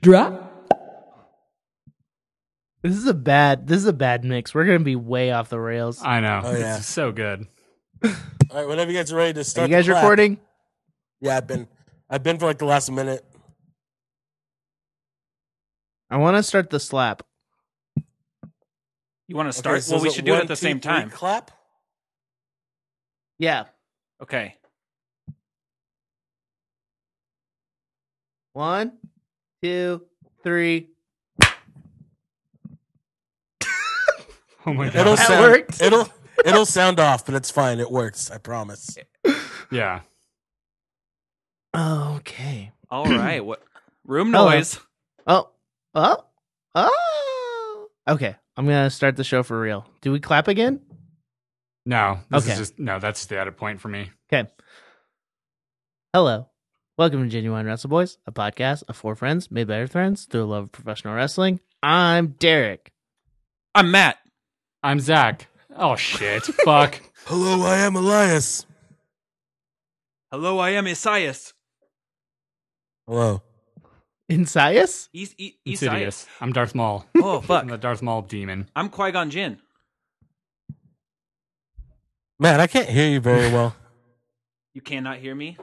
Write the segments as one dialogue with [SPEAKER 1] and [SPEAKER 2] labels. [SPEAKER 1] Drop.
[SPEAKER 2] This is a bad. This is a bad mix. We're gonna be way off the rails.
[SPEAKER 3] I know.
[SPEAKER 4] Oh, yeah.
[SPEAKER 3] It's so good.
[SPEAKER 4] All right, whenever you guys are ready to
[SPEAKER 2] Are
[SPEAKER 4] start,
[SPEAKER 2] you guys
[SPEAKER 4] the clap.
[SPEAKER 2] recording?
[SPEAKER 4] Yeah, I've been, I've been for like the last minute.
[SPEAKER 2] I want to start the slap.
[SPEAKER 5] You want to
[SPEAKER 4] Okay,
[SPEAKER 5] start?
[SPEAKER 4] so
[SPEAKER 5] well,
[SPEAKER 4] is
[SPEAKER 5] we should do it
[SPEAKER 4] one,
[SPEAKER 5] at the
[SPEAKER 4] two,
[SPEAKER 5] same
[SPEAKER 4] three,
[SPEAKER 5] time.
[SPEAKER 4] Clap.
[SPEAKER 2] Yeah.
[SPEAKER 5] Okay.
[SPEAKER 2] One, two, three.
[SPEAKER 3] Oh my
[SPEAKER 4] It'll
[SPEAKER 3] god.
[SPEAKER 2] That
[SPEAKER 4] sound,
[SPEAKER 2] worked.
[SPEAKER 4] It'll, it'll sound off, but it's fine. It works. I promise.
[SPEAKER 3] Yeah.
[SPEAKER 2] Okay.
[SPEAKER 5] All right. What room
[SPEAKER 2] Hello.
[SPEAKER 5] noise?
[SPEAKER 2] Oh. Oh. Oh. Okay. I'm gonna start the show for real. Do we clap again?
[SPEAKER 3] No. This
[SPEAKER 2] Okay.
[SPEAKER 3] is just no, that's the added point for me.
[SPEAKER 2] Okay. Hello. Welcome to Genuine Wrestle Boys, a podcast of four friends made better friends through a love of professional wrestling. I'm Derek.
[SPEAKER 5] I'm Matt.
[SPEAKER 3] I'm Zach. Oh shit. Fuck.
[SPEAKER 4] Hello, I am Elias.
[SPEAKER 5] Hello, I am Isaias.
[SPEAKER 4] Hello.
[SPEAKER 2] Insias?
[SPEAKER 5] Is- I- Isaias.
[SPEAKER 3] Insidious. I'm Darth Maul.
[SPEAKER 5] Oh
[SPEAKER 3] I'm
[SPEAKER 5] fuck!
[SPEAKER 3] the Darth Maul demon.
[SPEAKER 5] I'm Qui Gon Jinn.
[SPEAKER 4] Matt, I can't hear you very well.
[SPEAKER 5] You cannot hear me.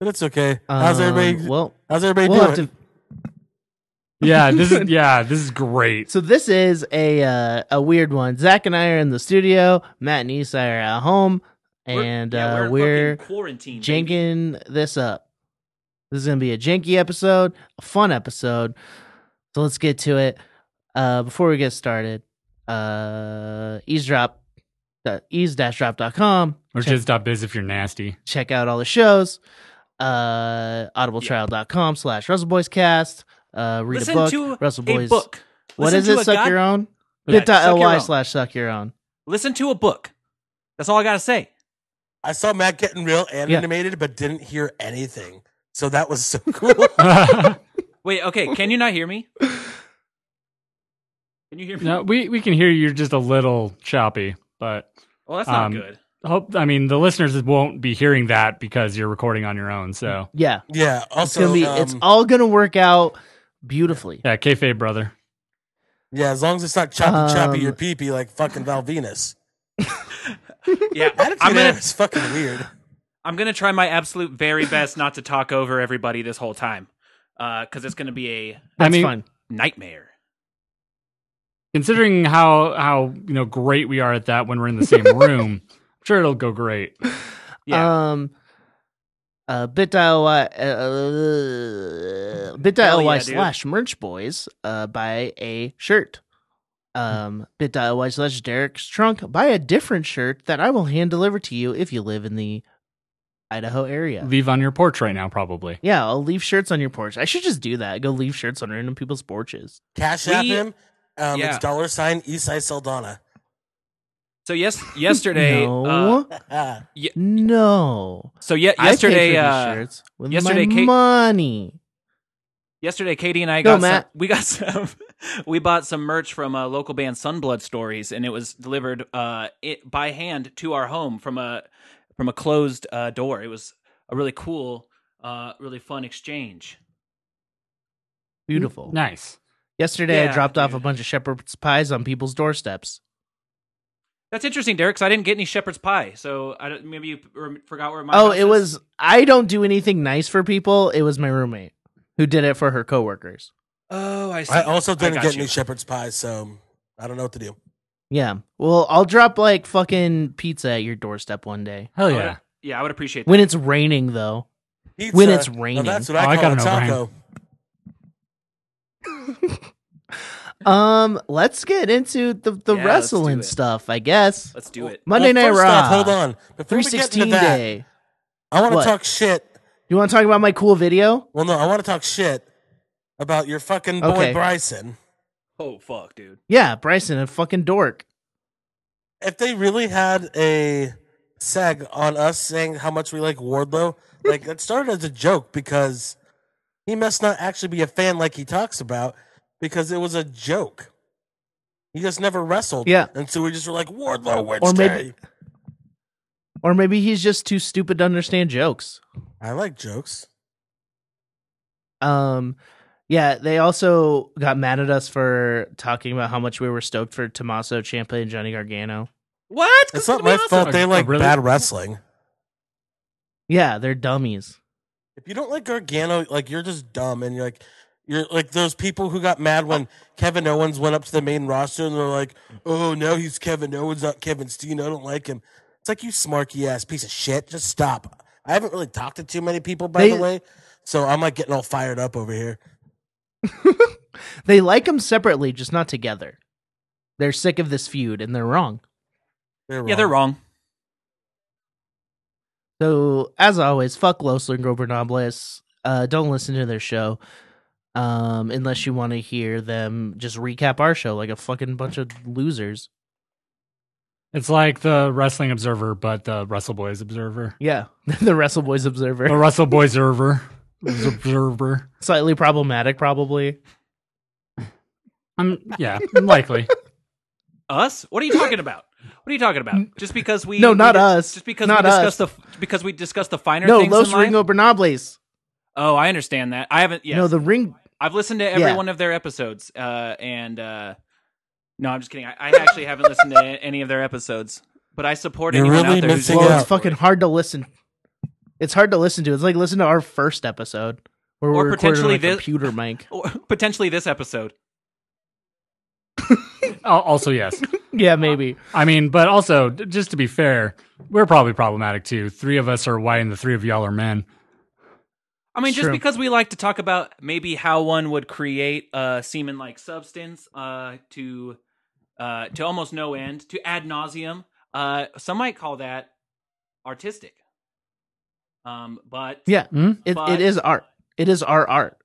[SPEAKER 4] But it's okay. How's everybody?
[SPEAKER 2] Um, Well,
[SPEAKER 4] how's everybody
[SPEAKER 2] we'll have
[SPEAKER 4] doing?
[SPEAKER 2] to.
[SPEAKER 3] Yeah, this is yeah, this is great.
[SPEAKER 2] So this is a uh, a weird one. Zach and I are in the studio. Matt and Isai are at home,
[SPEAKER 5] We're-
[SPEAKER 2] and
[SPEAKER 5] yeah,
[SPEAKER 2] uh,
[SPEAKER 5] fucking
[SPEAKER 2] we're
[SPEAKER 5] quarantined. baby.
[SPEAKER 2] janking this up. This is gonna be a janky episode, a fun episode. So let's get to it. Uh, before we get started, uh, eavesdrop, uh, ease-drop.com.
[SPEAKER 3] Or
[SPEAKER 2] Check,
[SPEAKER 3] jizz.biz if you're nasty.
[SPEAKER 2] check out all the shows. Uh, audibletrial.com slash WrestleBoysCast. Uh, read
[SPEAKER 5] Listen
[SPEAKER 2] a book.
[SPEAKER 5] to
[SPEAKER 2] Russell
[SPEAKER 5] a
[SPEAKER 2] Boys.
[SPEAKER 5] book.
[SPEAKER 2] What
[SPEAKER 5] Listen
[SPEAKER 2] is
[SPEAKER 5] to
[SPEAKER 2] it?
[SPEAKER 5] a
[SPEAKER 2] Suck
[SPEAKER 5] god-
[SPEAKER 2] your own.
[SPEAKER 5] Yeah, suck your
[SPEAKER 2] Bit.ly
[SPEAKER 5] own.
[SPEAKER 2] slash suck your own.
[SPEAKER 5] Listen to a book. That's all I gotta say.
[SPEAKER 4] I saw Matt getting real animated, but didn't hear anything. So that was so cool.
[SPEAKER 3] no,
[SPEAKER 5] Wait. Okay. Can you not hear me? Can you hear me?
[SPEAKER 3] we, we can hear you're just a little choppy, but
[SPEAKER 5] Oh, that's not
[SPEAKER 3] Um,
[SPEAKER 5] good.
[SPEAKER 3] hope I mean the listeners won't be hearing that because you're recording on your own. So
[SPEAKER 2] Yeah.
[SPEAKER 4] yeah.
[SPEAKER 2] It's
[SPEAKER 4] Also,
[SPEAKER 2] gonna be it's
[SPEAKER 4] um,
[SPEAKER 2] all gonna work out beautifully.
[SPEAKER 3] yeah, kayfabe brother.
[SPEAKER 4] yeah. As long as it's not choppy, choppy
[SPEAKER 2] Um,
[SPEAKER 4] your pee pee like fucking Val Venus.
[SPEAKER 5] Yeah.
[SPEAKER 4] Attitude
[SPEAKER 5] I'm
[SPEAKER 4] era
[SPEAKER 5] gonna
[SPEAKER 4] is fucking weird.
[SPEAKER 5] I'm gonna try my absolute very best not to talk over everybody this whole time, because it's gonna be a
[SPEAKER 3] I
[SPEAKER 2] That's
[SPEAKER 3] mean-
[SPEAKER 2] fun.
[SPEAKER 5] nightmare.
[SPEAKER 3] Considering how how you know great we are at that when we're in the same room, I'm sure it'll go great.
[SPEAKER 5] Yeah.
[SPEAKER 2] Um uh bit.ly uh, bit.ly
[SPEAKER 5] Hell yeah, dude.
[SPEAKER 2] slash merch boys uh buy a shirt. Um bit.ly slash Derek's trunk, buy a different shirt that I will hand deliver to you if you live in the Idaho area.
[SPEAKER 3] Leave on your porch right now, probably.
[SPEAKER 2] yeah, I'll leave shirts on your porch. I should just do that. Go leave shirts on random people's porches.
[SPEAKER 4] Cash app
[SPEAKER 5] We-
[SPEAKER 4] him. Um,
[SPEAKER 5] yeah.
[SPEAKER 4] It's dollar sign Eastside Saldana.
[SPEAKER 5] so yes, yesterday.
[SPEAKER 2] no.
[SPEAKER 5] uh,
[SPEAKER 2] no.
[SPEAKER 5] so yeah,
[SPEAKER 2] I paid for
[SPEAKER 5] yesterday.
[SPEAKER 2] these
[SPEAKER 5] Uh,
[SPEAKER 2] shirts with
[SPEAKER 5] yesterday
[SPEAKER 2] my
[SPEAKER 5] Kate-
[SPEAKER 2] money.
[SPEAKER 5] yesterday, Katie and I
[SPEAKER 2] Go,
[SPEAKER 5] got some,
[SPEAKER 2] Matt.
[SPEAKER 5] we got some. we bought some merch from a local band, Sunblood Stories, and it was delivered uh, it, by hand to our home from a from a closed uh, door. It was a really cool, uh, really fun exchange.
[SPEAKER 2] Beautiful.
[SPEAKER 3] Nice.
[SPEAKER 2] Yesterday, I
[SPEAKER 5] Yeah,
[SPEAKER 2] dropped off a
[SPEAKER 5] dude.
[SPEAKER 2] bunch of shepherd's pies on people's doorsteps.
[SPEAKER 5] That's interesting, Derek. 'cause I didn't get any shepherd's pie, so I don't, maybe you rem- forgot where my
[SPEAKER 2] oh,
[SPEAKER 5] house
[SPEAKER 2] it
[SPEAKER 5] is?
[SPEAKER 2] was. I don't do anything nice for people. It was my roommate who did it for her coworkers.
[SPEAKER 5] Oh, I see.
[SPEAKER 4] I also didn't
[SPEAKER 5] got
[SPEAKER 4] get
[SPEAKER 5] you.
[SPEAKER 4] any shepherd's pie, so um, I don't know what to do.
[SPEAKER 2] Yeah. Well, I'll drop like fucking pizza at your doorstep one day.
[SPEAKER 3] Hell
[SPEAKER 5] I
[SPEAKER 3] yeah.
[SPEAKER 5] would've- Oh, yeah, I would appreciate
[SPEAKER 2] oh,
[SPEAKER 5] that.
[SPEAKER 2] When it's raining, though.
[SPEAKER 4] Pizza,
[SPEAKER 2] When it's
[SPEAKER 4] now
[SPEAKER 2] raining.
[SPEAKER 4] that's what
[SPEAKER 3] Oh, I
[SPEAKER 4] I call
[SPEAKER 3] gotta
[SPEAKER 4] a
[SPEAKER 3] know,
[SPEAKER 4] taco.
[SPEAKER 2] Um, let's get into the the
[SPEAKER 5] Yeah, let's do
[SPEAKER 2] wrestling
[SPEAKER 5] it.
[SPEAKER 2] stuff. I guess
[SPEAKER 5] Let's do it.
[SPEAKER 2] Monday
[SPEAKER 4] Well,
[SPEAKER 2] Night
[SPEAKER 4] first
[SPEAKER 2] Raw.
[SPEAKER 4] off, hold on. Before
[SPEAKER 2] Three
[SPEAKER 4] we get into
[SPEAKER 2] sixteen
[SPEAKER 4] that,
[SPEAKER 2] day.
[SPEAKER 4] I want
[SPEAKER 2] What?
[SPEAKER 4] to talk shit.
[SPEAKER 2] You want to talk about my cool video?
[SPEAKER 4] Well, no, I want to talk shit about your fucking boy
[SPEAKER 2] Okay.
[SPEAKER 4] Bryson.
[SPEAKER 5] Oh fuck, dude.
[SPEAKER 2] Yeah, Bryson, a fucking dork.
[SPEAKER 4] If they really had a seg on us saying how much we like Wardlow, like it started as a joke because he must not actually be a fan like he talks about because it was a joke. He just never wrestled.
[SPEAKER 2] Yeah.
[SPEAKER 4] And so we just were like, Wardlow
[SPEAKER 2] Or
[SPEAKER 4] Wednesday.
[SPEAKER 2] maybe- Or maybe he's just too stupid to understand jokes.
[SPEAKER 4] I like jokes.
[SPEAKER 2] Um, yeah, they also got mad at us for talking about how much we were stoked for Tommaso Ciampa and Johnny Gargano.
[SPEAKER 5] What? 'Cause
[SPEAKER 4] It's not
[SPEAKER 5] gonna be
[SPEAKER 4] my
[SPEAKER 5] awesome.
[SPEAKER 4] fault they
[SPEAKER 3] Oh,
[SPEAKER 4] like
[SPEAKER 3] really?
[SPEAKER 4] bad wrestling.
[SPEAKER 2] Yeah, they're dummies.
[SPEAKER 4] If you don't like Gargano, like you're just dumb and you're like you're like those people who got mad when Kevin Owens went up to the main roster and they're like, "Oh, now he's Kevin Owens, not Kevin Steen. I don't like him." It's like you smarky ass piece of shit. Just stop. I haven't really talked to too many people, by
[SPEAKER 2] They-
[SPEAKER 4] the way, so I'm like getting all fired up over here.
[SPEAKER 2] They like them separately, just not together. They're sick of this feud and they're wrong.
[SPEAKER 4] They're wrong.
[SPEAKER 5] Yeah, they're wrong.
[SPEAKER 2] So, as always, fuck Losler and Grover Nobles. Uh, don't listen to their show um, unless you want to hear them just recap our show like a fucking bunch of losers.
[SPEAKER 3] It's like the Wrestling Observer, but the Wrestle Boys Observer.
[SPEAKER 2] Yeah, the Wrestle Boys
[SPEAKER 3] The
[SPEAKER 2] Observer.
[SPEAKER 3] Wrestle Boys Observer. Observer.
[SPEAKER 2] Slightly problematic, probably.
[SPEAKER 3] I'm Um, yeah, likely.
[SPEAKER 5] Us? What are you talking about? What are you talking about? Just because we
[SPEAKER 2] No, not
[SPEAKER 5] we, dis-
[SPEAKER 2] us.
[SPEAKER 5] Just because
[SPEAKER 2] Not
[SPEAKER 5] we
[SPEAKER 2] us.
[SPEAKER 5] discuss the because we discuss the finer
[SPEAKER 2] No,
[SPEAKER 5] things
[SPEAKER 2] Los
[SPEAKER 5] in life?
[SPEAKER 2] Ringo Bernables.
[SPEAKER 5] Oh, I understand that. I haven't. Yes,
[SPEAKER 2] No, the ring.
[SPEAKER 5] I've listened to every
[SPEAKER 2] Yeah.
[SPEAKER 5] one of their episodes, uh, and uh, no, I'm just kidding. I, I actually haven't listened to any of their episodes, but I support
[SPEAKER 4] You're
[SPEAKER 5] anyone
[SPEAKER 4] really
[SPEAKER 5] out there who's
[SPEAKER 4] missing
[SPEAKER 2] Well,
[SPEAKER 4] out.
[SPEAKER 5] doing
[SPEAKER 2] it's fucking hard to listen. It's hard to listen to. It's like listen to our first episode where
[SPEAKER 5] Or
[SPEAKER 2] we recorded on
[SPEAKER 5] potentially
[SPEAKER 2] a
[SPEAKER 5] this-
[SPEAKER 2] computer mic.
[SPEAKER 5] or potentially this episode.
[SPEAKER 3] Al- Also, yes.
[SPEAKER 2] Yeah, maybe.
[SPEAKER 3] I mean, but also d- just to be fair, we're probably problematic too. Three of us are white, and the three of y'all are men.
[SPEAKER 5] I mean, just
[SPEAKER 2] True.
[SPEAKER 5] because we like to talk about maybe how one would create a semen-like substance uh, to uh, to almost no end, to ad nauseum. Uh, some might call that artistic, um, but
[SPEAKER 2] Yeah,
[SPEAKER 3] Hmm?
[SPEAKER 2] it,
[SPEAKER 5] But-
[SPEAKER 2] it is art. It is our art.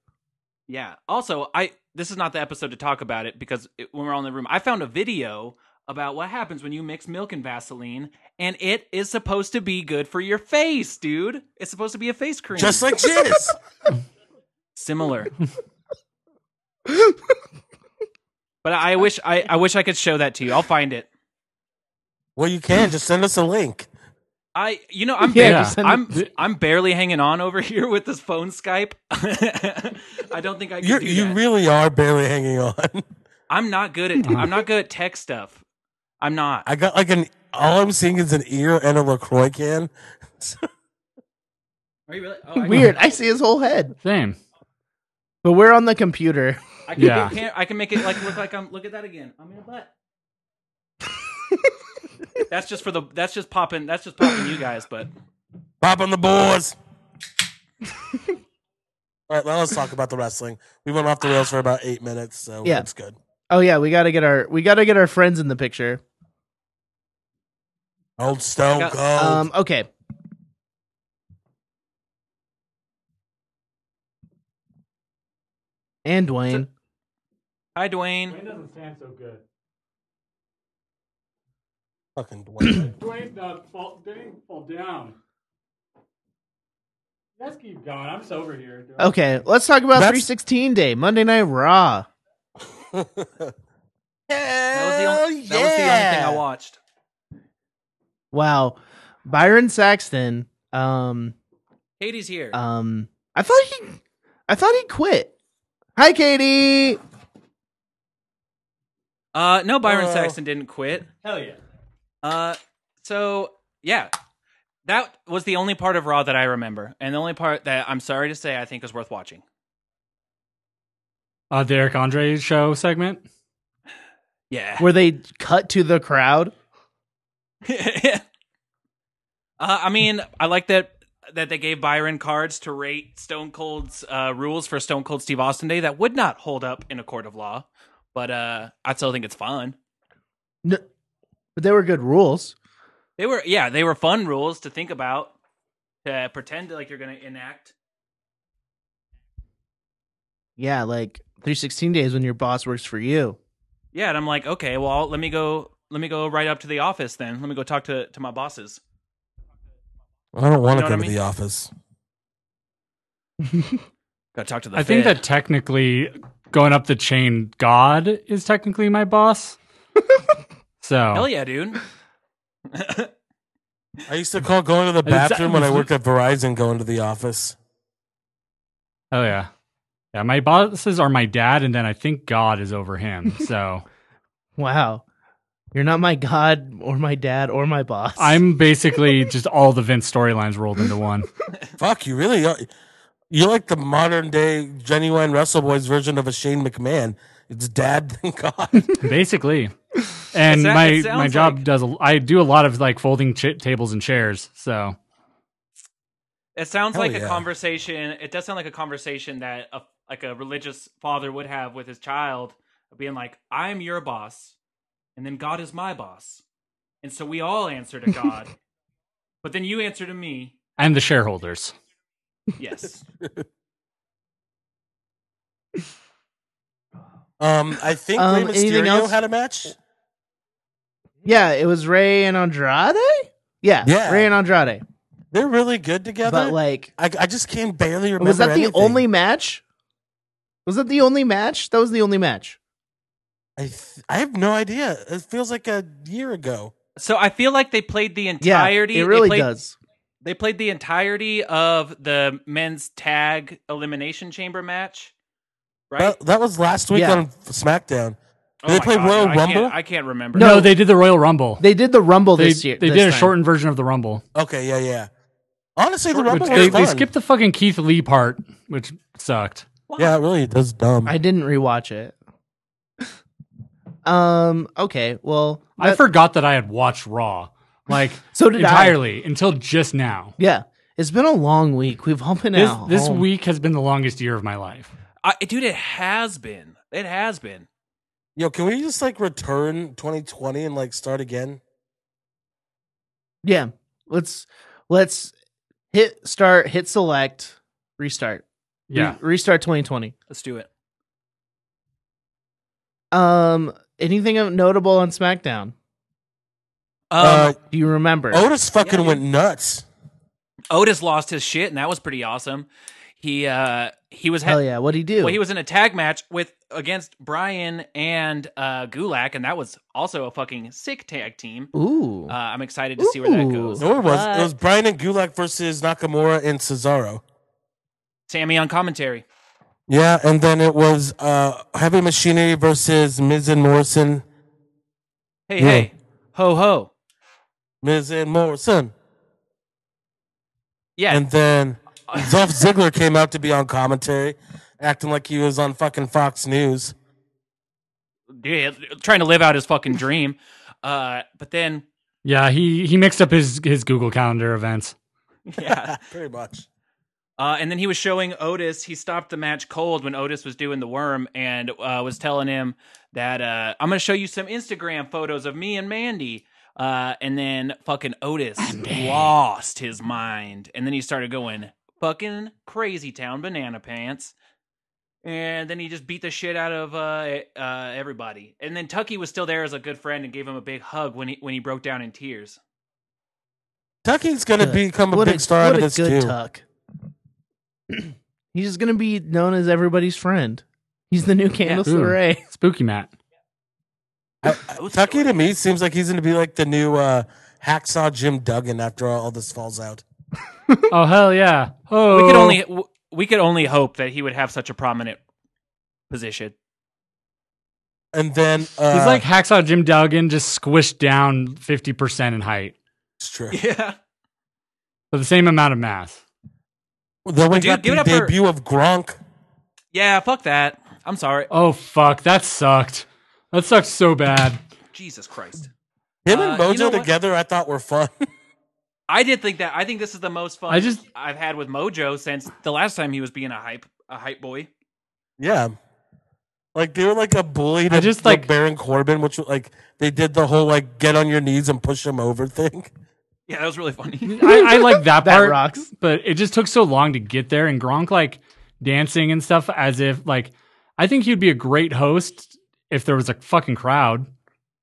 [SPEAKER 5] Yeah. Also, I this is not the episode to talk about it because it, when we're all in the room, I found a video about what happens when you mix milk and Vaseline, and it is supposed to be good for your face, dude. It's supposed to be a face cream,
[SPEAKER 4] just like jizz.
[SPEAKER 5] similar. but I wish I, I wish I could show that to you. I'll find it.
[SPEAKER 4] well, you can just send us a link.
[SPEAKER 5] I you know I'm
[SPEAKER 2] Yeah,
[SPEAKER 5] barely,
[SPEAKER 2] just send it-
[SPEAKER 5] I'm I'm barely hanging on over here with this phone Skype. I don't think I can
[SPEAKER 4] You
[SPEAKER 5] do
[SPEAKER 4] you
[SPEAKER 5] that.
[SPEAKER 4] really are barely hanging on.
[SPEAKER 5] I'm not good at I'm not good at tech stuff. I'm not.
[SPEAKER 4] I got like an all I'm seeing is an ear and a Lacroix can.
[SPEAKER 5] Are you really? Oh, I-
[SPEAKER 2] Weird. I see his whole head.
[SPEAKER 3] Same.
[SPEAKER 2] But we're on the computer.
[SPEAKER 5] I can,
[SPEAKER 3] Yeah.
[SPEAKER 5] I can I can make it like look like I'm look at that again. I'm in a butt. that's just for the that's just popping that's just popping you guys, but
[SPEAKER 4] Pop on the boards. All right, now let's talk about the wrestling. We went off the rails for about eight minutes, so
[SPEAKER 2] Yeah.
[SPEAKER 4] that's good.
[SPEAKER 2] Oh yeah, we gotta get our we gotta get our friends in the picture.
[SPEAKER 4] Old Stone
[SPEAKER 5] I got-
[SPEAKER 4] Cold.
[SPEAKER 2] Um, okay. And Dwayne.
[SPEAKER 5] hi Dwayne.
[SPEAKER 3] doesn't stand so good.
[SPEAKER 4] Fucking Dwayne.
[SPEAKER 3] Dwayne, uh, fall, Dwayne, fall down. Let's keep going. I'm sober here.
[SPEAKER 2] Okay, let's talk about
[SPEAKER 4] That's-
[SPEAKER 2] 316 Day, Monday Night Raw.
[SPEAKER 4] Hell
[SPEAKER 5] That was the only that was the only thing I
[SPEAKER 4] yeah.
[SPEAKER 5] watched.
[SPEAKER 2] Wow. Byron Saxton. Um,
[SPEAKER 5] Katie's here.
[SPEAKER 3] Uh,
[SPEAKER 2] um, I thought he, I thought he quit. Hi, Katie.
[SPEAKER 5] Uh, no, Byron
[SPEAKER 4] Hello.
[SPEAKER 5] Saxton didn't quit.
[SPEAKER 3] oh. Hell yeah.
[SPEAKER 5] Uh, so yeah, that was the only part of Raw that I remember, and the only part that I'm sorry to say I think is worth watching.
[SPEAKER 3] Uh, the Eric Andre show segment.
[SPEAKER 5] Yeah.
[SPEAKER 2] Where they cut to the crowd.
[SPEAKER 5] uh, I mean, I like that that they gave Byron cards to rate Stone Cold's uh, rules for Stone Cold Steve Austin Day that would not hold up in a court of law, but uh, I still think it's fun.
[SPEAKER 2] No, but they were good rules.
[SPEAKER 5] They were, yeah, they were fun rules to think about to pretend like you're going to enact.
[SPEAKER 2] Yeah, like 316 days when your boss works for you.
[SPEAKER 5] Yeah, and I'm like, okay, well, let me go. Let me go right up to the office then. Let me go talk to to my bosses.
[SPEAKER 4] I don't want to
[SPEAKER 5] You know what
[SPEAKER 4] go
[SPEAKER 5] I
[SPEAKER 4] to
[SPEAKER 5] mean?
[SPEAKER 4] the office.
[SPEAKER 5] Got to talk to the.
[SPEAKER 3] I think
[SPEAKER 5] Fed.
[SPEAKER 3] that technically going up the chain, God is technically my boss. so
[SPEAKER 5] hell yeah, dude.
[SPEAKER 4] I used to call going to the
[SPEAKER 3] it's-
[SPEAKER 4] bathroom when I worked at Verizon going to the office.
[SPEAKER 3] Oh yeah. Yeah, my bosses are my dad, and then I think God is over him. So
[SPEAKER 2] Wow. You're not my god or my dad or my boss.
[SPEAKER 3] I'm basically just all the Vince storylines rolled into one.
[SPEAKER 4] Fuck, you really are. You're like the modern day genuine Wrestle Boys version of a Shane McMahon. It's dad and God.
[SPEAKER 3] basically. And
[SPEAKER 5] It sa-
[SPEAKER 3] my
[SPEAKER 5] it
[SPEAKER 3] my
[SPEAKER 5] sounds
[SPEAKER 3] job
[SPEAKER 5] like-
[SPEAKER 3] does a, I do a lot of like folding ch- tables and chairs. So
[SPEAKER 5] It sounds
[SPEAKER 4] Hell
[SPEAKER 5] like
[SPEAKER 4] yeah.
[SPEAKER 5] a conversation. It does sound like a conversation that a like a religious father would have with his child, being like, "I'm your boss, and then God is my boss, and so we all answer to God, but then you answer to me."
[SPEAKER 3] and the shareholders.
[SPEAKER 5] Yes,
[SPEAKER 4] Um, I think
[SPEAKER 2] Um,
[SPEAKER 4] Rey
[SPEAKER 2] anything
[SPEAKER 4] Mysterio
[SPEAKER 2] else?
[SPEAKER 4] had a match.
[SPEAKER 2] yeah, it was Ray and Andrade? Yeah,
[SPEAKER 4] Yeah.
[SPEAKER 2] Ray and Andrade.
[SPEAKER 4] They're really good together.
[SPEAKER 2] But like
[SPEAKER 4] I, I just can barely remember.
[SPEAKER 2] was that the
[SPEAKER 4] anything.
[SPEAKER 2] only match? Was that the only match? That was the only match.
[SPEAKER 4] I, th- I have no idea. It feels like a year ago.
[SPEAKER 5] so I feel like they played the
[SPEAKER 2] Yeah,
[SPEAKER 5] entirety.
[SPEAKER 2] it really
[SPEAKER 5] they played,
[SPEAKER 2] does.
[SPEAKER 5] They played the entirety of the men's tag elimination chamber match, right?
[SPEAKER 4] That, that was last week
[SPEAKER 2] Yeah.
[SPEAKER 4] on SmackDown. Uh,
[SPEAKER 5] Oh
[SPEAKER 4] Did they
[SPEAKER 5] my
[SPEAKER 4] play
[SPEAKER 5] God,
[SPEAKER 4] Royal
[SPEAKER 5] no, I can't-
[SPEAKER 4] Rumble?
[SPEAKER 5] I can't remember.
[SPEAKER 3] No, they did the Royal Rumble.
[SPEAKER 2] They did the Rumble
[SPEAKER 3] They,
[SPEAKER 2] this year.
[SPEAKER 3] they
[SPEAKER 2] this
[SPEAKER 3] did a
[SPEAKER 2] time.
[SPEAKER 3] shortened version of the Rumble.
[SPEAKER 4] Okay, yeah, yeah. Honestly, the
[SPEAKER 5] Which
[SPEAKER 4] Rumble
[SPEAKER 3] Which
[SPEAKER 4] was
[SPEAKER 3] they,
[SPEAKER 4] fun.
[SPEAKER 3] they skipped the fucking Keith Lee part, which sucked.
[SPEAKER 4] yeah, it really does dumb.
[SPEAKER 2] I didn't rewatch it. Um. Okay. Well,
[SPEAKER 3] I
[SPEAKER 2] that-
[SPEAKER 3] forgot that I had watched Raw like
[SPEAKER 2] so did I.
[SPEAKER 3] entirely until just now.
[SPEAKER 2] Yeah, it's been a long week. We've all been
[SPEAKER 3] This
[SPEAKER 2] out.
[SPEAKER 3] this
[SPEAKER 2] home.
[SPEAKER 3] week has been the longest year of my life.
[SPEAKER 5] I, dude, it has been. It has been.
[SPEAKER 4] Yo, can we just like return 2020 and like start again?
[SPEAKER 2] Yeah. Let's let's hit start. Hit select. Restart. Re-
[SPEAKER 3] Yeah.
[SPEAKER 2] restart 2020.
[SPEAKER 5] Let's do it.
[SPEAKER 2] Um. Anything of- notable on SmackDown?
[SPEAKER 5] Um,
[SPEAKER 4] uh,
[SPEAKER 2] Do you remember?
[SPEAKER 4] Otis fucking
[SPEAKER 5] yeah.
[SPEAKER 4] went nuts.
[SPEAKER 5] Otis lost his shit, and that was pretty awesome. He uh he was
[SPEAKER 2] Hell
[SPEAKER 5] ha-
[SPEAKER 2] yeah! What'd he do?
[SPEAKER 5] well, he was in a tag match with against Brian and uh Gulak, and that was also a fucking sick tag team.
[SPEAKER 2] Ooh.
[SPEAKER 5] Uh, I'm excited to see where that
[SPEAKER 2] Ooh.
[SPEAKER 5] goes.
[SPEAKER 4] No, it was.
[SPEAKER 2] What?
[SPEAKER 4] It was Brian and Gulak versus Nakamura and Cesaro.
[SPEAKER 5] Sammy on commentary.
[SPEAKER 4] Yeah, and then it was uh Heavy Machinery versus Miz and Morrison.
[SPEAKER 5] Hey
[SPEAKER 4] Yeah.
[SPEAKER 5] hey, ho ho.
[SPEAKER 4] Miz and Morrison.
[SPEAKER 5] Yeah,
[SPEAKER 4] And then Dolph Ziggler came out to be on commentary, acting like he was on fucking Fox News.
[SPEAKER 5] yeah, trying to live out his fucking dream. Uh, but then
[SPEAKER 3] Yeah, he he mixed up his his Google Calendar events.
[SPEAKER 5] yeah,
[SPEAKER 4] Pretty much.
[SPEAKER 5] Uh, and then he was showing Otis. He stopped the match cold when Otis was doing the worm and uh, was telling him that uh, I'm going to show you some Instagram photos of me and Mandy. Uh, and then fucking Otis lost his mind. And then he started going fucking crazy town banana pants. And then he just beat the shit out of uh, uh, everybody. And then Tucky was still there as a good friend and gave him a big hug when he when he broke down in tears.
[SPEAKER 4] Tucky's gonna
[SPEAKER 2] Good.
[SPEAKER 4] become a
[SPEAKER 2] What
[SPEAKER 4] big star out
[SPEAKER 2] what
[SPEAKER 4] of
[SPEAKER 2] a
[SPEAKER 4] this
[SPEAKER 2] good
[SPEAKER 4] too.
[SPEAKER 2] Tuck. He's gonna be known as everybody's friend. He's the new Candice
[SPEAKER 3] Ooh.
[SPEAKER 2] LeRae.
[SPEAKER 3] Spooky Matt.
[SPEAKER 4] I- I- Tucky to me seems like he's gonna be like the new uh hacksaw Jim Duggan after all this falls out.
[SPEAKER 3] Oh hell yeah! Oh,
[SPEAKER 5] We could only w- we could only hope that he would have such a prominent position.
[SPEAKER 4] And then uh,
[SPEAKER 3] He's like hacksaw Jim Duggan, just squished down fifty percent in height
[SPEAKER 4] it's true.
[SPEAKER 5] Yeah.
[SPEAKER 3] for the same amount of mass.
[SPEAKER 4] Then we
[SPEAKER 5] Dude,
[SPEAKER 4] got
[SPEAKER 5] give
[SPEAKER 4] the
[SPEAKER 5] it up for-
[SPEAKER 4] debut of Gronk.
[SPEAKER 5] Yeah, fuck that. I'm sorry.
[SPEAKER 3] Oh fuck, that sucked. That sucked so bad.
[SPEAKER 5] Jesus Christ.
[SPEAKER 4] Him
[SPEAKER 5] Uh,
[SPEAKER 4] and
[SPEAKER 5] you
[SPEAKER 4] Mojo
[SPEAKER 5] know what?
[SPEAKER 4] together, I thought were fun.
[SPEAKER 5] I did think that. I think this is the most fun
[SPEAKER 3] I just-
[SPEAKER 5] I've had with Mojo since the last time he was being a hype a hype boy.
[SPEAKER 4] yeah, like they were like a bully to
[SPEAKER 3] I just,
[SPEAKER 4] to
[SPEAKER 3] like-
[SPEAKER 4] Baron Corbin, which like they did the whole like get on your knees and push him over thing.
[SPEAKER 5] Yeah, that was really funny.
[SPEAKER 3] I, I like that
[SPEAKER 2] That
[SPEAKER 3] part,
[SPEAKER 2] rocks.
[SPEAKER 3] but it just took so long to get there. And Gronk like dancing and stuff as if like I think he'd be a great host if there was a fucking crowd,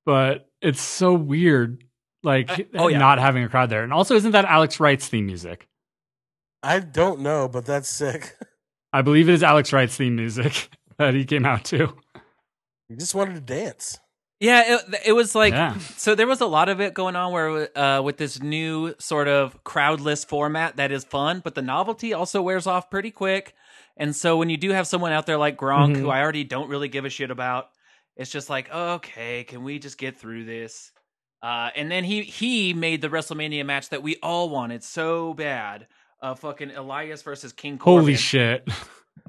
[SPEAKER 3] but it's so weird. Like
[SPEAKER 5] Uh, oh, yeah.
[SPEAKER 3] not having a crowd there, and also isn't that Alex Wright's theme music?
[SPEAKER 4] I don't know, but that's sick.
[SPEAKER 3] I believe it is Alex Wright's theme music that he came out to.
[SPEAKER 4] He just wanted to dance.
[SPEAKER 5] Yeah, it, it was like
[SPEAKER 3] Yeah.
[SPEAKER 5] so there was a lot of it going on where uh, with this new sort of crowdless format that is fun, but the novelty also wears off pretty quick. And so when you do have someone out there like Gronk, who
[SPEAKER 3] Mm-hmm.
[SPEAKER 2] Mhm.
[SPEAKER 5] I already don't really give a shit about, it's just like okay, can we just get through this? Uh, and then he he made the WrestleMania match that we all wanted so bad. Uh, fucking Elias versus King Corbin.
[SPEAKER 3] Holy shit.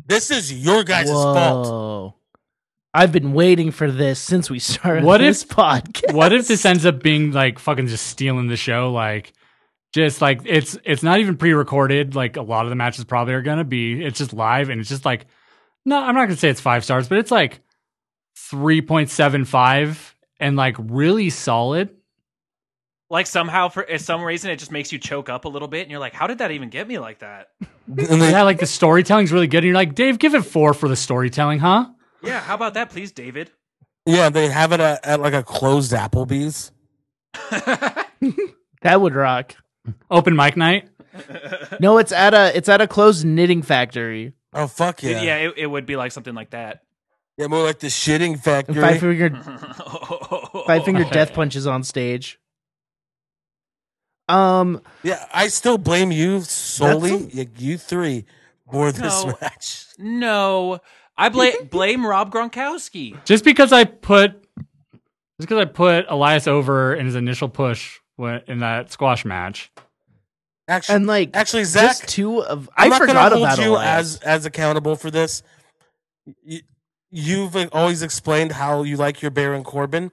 [SPEAKER 4] This is your guys' fault.
[SPEAKER 2] Whoa. I've been waiting for this since we started
[SPEAKER 3] What
[SPEAKER 2] this
[SPEAKER 3] if-
[SPEAKER 2] podcast.
[SPEAKER 3] what if this ends up being like fucking just stealing the show like just like it's it's not even pre-recorded like a lot of the matches probably are gonna be it's just live and it's just like no i'm not gonna say it's five stars but it's like 3.75 and like really solid
[SPEAKER 5] Like somehow for uh, some reason it just makes you choke up a little bit, and you're like, how did that even get me like that?
[SPEAKER 4] And they-
[SPEAKER 3] yeah like the storytelling's really good and you're like dave give it four for the storytelling huh
[SPEAKER 5] Yeah, how about that, please, David?
[SPEAKER 4] yeah, they have it at, at like a closed Applebee's.
[SPEAKER 2] that would rock.
[SPEAKER 3] open mic night
[SPEAKER 2] No, it's at a it's at a closed knitting factory.
[SPEAKER 4] Oh fuck
[SPEAKER 5] Dude,
[SPEAKER 4] yeah!
[SPEAKER 5] Yeah, it, it would be like something like that.
[SPEAKER 4] Yeah, more like the shitting
[SPEAKER 2] And
[SPEAKER 4] factory.
[SPEAKER 2] five finger five finger
[SPEAKER 3] Okay.
[SPEAKER 2] death punches on stage. Um
[SPEAKER 4] Yeah, I still blame you solely,
[SPEAKER 2] That's
[SPEAKER 4] you, you three, for this
[SPEAKER 5] No.
[SPEAKER 4] match.
[SPEAKER 5] No, I blame blame Rob Gronkowski.
[SPEAKER 3] just because i put just because i put elias over in his initial push when, in that squash match
[SPEAKER 4] Actually,
[SPEAKER 2] and like
[SPEAKER 4] actually, Zach,
[SPEAKER 2] just two of
[SPEAKER 4] I'm
[SPEAKER 2] I
[SPEAKER 4] not gonna
[SPEAKER 2] forgot
[SPEAKER 4] hold
[SPEAKER 2] about
[SPEAKER 4] you
[SPEAKER 2] Elias.
[SPEAKER 4] as as accountable for this. You, you've like, always explained how you like your Baron Corbin,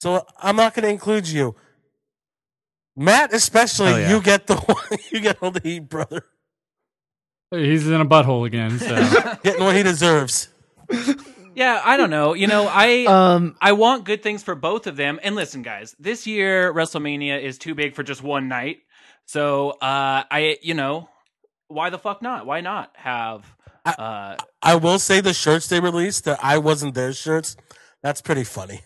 [SPEAKER 4] so I'm not going to include you. Matt, especially,
[SPEAKER 3] Oh, yeah.
[SPEAKER 4] you get the one, you get all the heat, brother,
[SPEAKER 3] He's in a butthole again. So
[SPEAKER 4] getting what he deserves.
[SPEAKER 5] Yeah, I don't know. You know, I
[SPEAKER 4] Uh,
[SPEAKER 2] um
[SPEAKER 5] I want good things for both of them. And listen, guys, this year WrestleMania is too big for just one night. So uh, I, you know, why the fuck not? Why not have? Uh,
[SPEAKER 4] I will say the shirts they released, the I wasn't their shirts. That's pretty funny.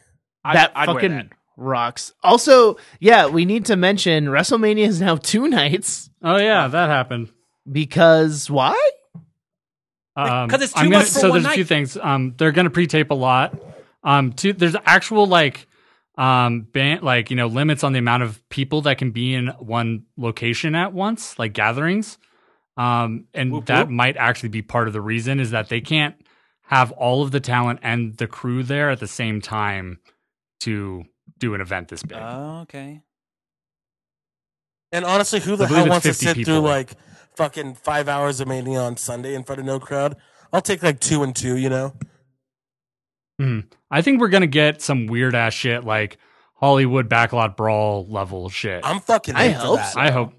[SPEAKER 5] I,
[SPEAKER 2] that
[SPEAKER 5] I'd wear
[SPEAKER 2] fucking
[SPEAKER 5] that.
[SPEAKER 2] rocks. Also, yeah, we need to mention WrestleMania is now two nights
[SPEAKER 3] oh yeah, that happened.
[SPEAKER 2] because why?
[SPEAKER 3] Um,
[SPEAKER 5] 'cause it's too
[SPEAKER 3] I'm gonna-
[SPEAKER 5] much for
[SPEAKER 3] so
[SPEAKER 5] one
[SPEAKER 3] there's a few
[SPEAKER 5] night.
[SPEAKER 3] things. Um, they're gonna pre-tape a lot. Um, two, there's actual like, um, ban- like you know limits on the amount of people that can be in one location at once, like gatherings. Um, and
[SPEAKER 5] Whoop,
[SPEAKER 3] that
[SPEAKER 5] whoop.
[SPEAKER 3] might actually be part of the reason is that they can't have all of the talent and the crew there at the same time to do an event this big.
[SPEAKER 5] Oh, okay.
[SPEAKER 4] And honestly, who the
[SPEAKER 3] I believe
[SPEAKER 4] hell
[SPEAKER 3] it's
[SPEAKER 4] wants to
[SPEAKER 3] 50
[SPEAKER 4] sit
[SPEAKER 3] people.
[SPEAKER 4] through like fucking five hours of Mania on Sunday in front of no crowd? I'll take like two and two, you know?
[SPEAKER 3] I think we're gonna get some weird ass shit like Hollywood backlot brawl level shit.
[SPEAKER 4] I'm fucking
[SPEAKER 2] I
[SPEAKER 4] in for
[SPEAKER 2] hope
[SPEAKER 4] that.
[SPEAKER 2] so.
[SPEAKER 3] I hope.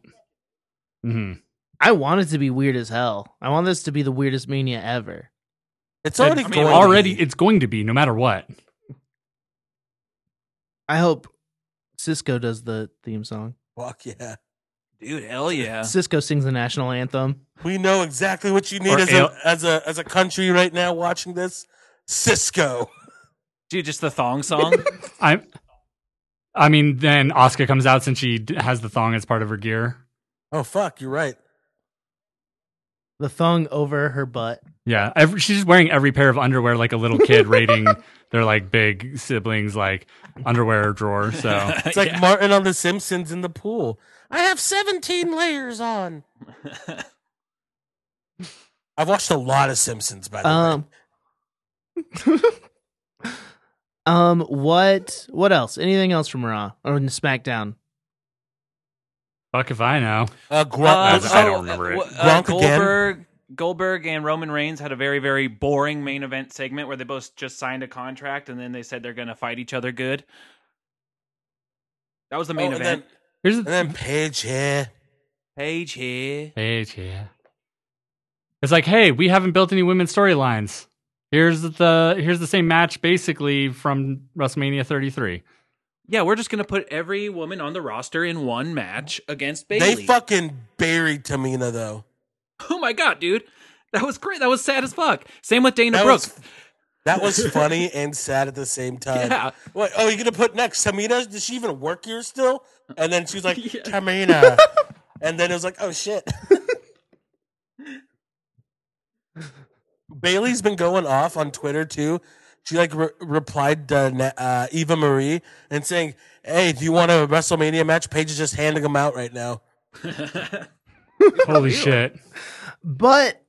[SPEAKER 3] hmm
[SPEAKER 2] I want it to be weird as hell. I want this to be the weirdest mania ever.
[SPEAKER 4] It's already
[SPEAKER 5] I mean,
[SPEAKER 4] going to
[SPEAKER 3] Already,
[SPEAKER 4] be.
[SPEAKER 3] it's going to be no matter what.
[SPEAKER 2] I hope Cisco does the theme song.
[SPEAKER 4] Fuck yeah.
[SPEAKER 5] Dude, hell yeah.
[SPEAKER 2] Cisco sings the national anthem.
[SPEAKER 4] We know exactly what you
[SPEAKER 3] Or
[SPEAKER 4] need as
[SPEAKER 3] ale-
[SPEAKER 4] a, as a as a country right now watching this. Cisco.
[SPEAKER 5] Dude, just the thong song.
[SPEAKER 3] I, I mean, then Oscar comes out since she d- has the thong as part of her gear.
[SPEAKER 4] Oh fuck, you're right.
[SPEAKER 2] The thong over her butt.
[SPEAKER 3] Yeah, every, she's just wearing every pair of underwear like a little kid raiding their like big siblings like underwear drawer. So
[SPEAKER 4] It's like Martin on The Simpsons in the pool. I have 17 layers on. I've watched a lot of Simpsons by the way.
[SPEAKER 2] Um Um what what else? Anything else from Raw or in SmackDown?
[SPEAKER 3] fuck if I know.
[SPEAKER 4] Uh,
[SPEAKER 5] Uh,
[SPEAKER 4] Gronk,
[SPEAKER 3] I don't remember it.
[SPEAKER 5] wh- Uh,
[SPEAKER 4] Gronk again?
[SPEAKER 5] Goldberg, Goldberg and Roman Reigns had a very, very boring main event segment where they both just signed a contract and then they said they're going to fight each other good. That was the main
[SPEAKER 4] Oh, and
[SPEAKER 5] event.
[SPEAKER 3] Here's
[SPEAKER 4] then, and then Paige here.
[SPEAKER 5] Page here.
[SPEAKER 3] Page, yeah. It's like, hey, we haven't built any women's storylines. Here's the here's the same match basically from WrestleMania 33.
[SPEAKER 5] Yeah, we're just going to put every woman on the roster in one match against Bailey.
[SPEAKER 4] They fucking buried Tamina though.
[SPEAKER 5] oh my god, dude. That was great. That was sad as fuck. Same with Dana
[SPEAKER 4] That
[SPEAKER 5] Brooks.
[SPEAKER 4] was that was funny and sad at the same time.
[SPEAKER 5] Yeah.
[SPEAKER 4] What? Oh, you're gonna put next Tamina? Does she even work here still? And then she was like
[SPEAKER 5] Yeah.
[SPEAKER 4] Tamina, and then it was like, oh shit. Bailey's been going off on Twitter too. she like re- replied to Na- uh, Eva Marie and saying, "Hey, do you want a WrestleMania match?" Paige is just handing them out right now.
[SPEAKER 3] Holy shit.
[SPEAKER 2] But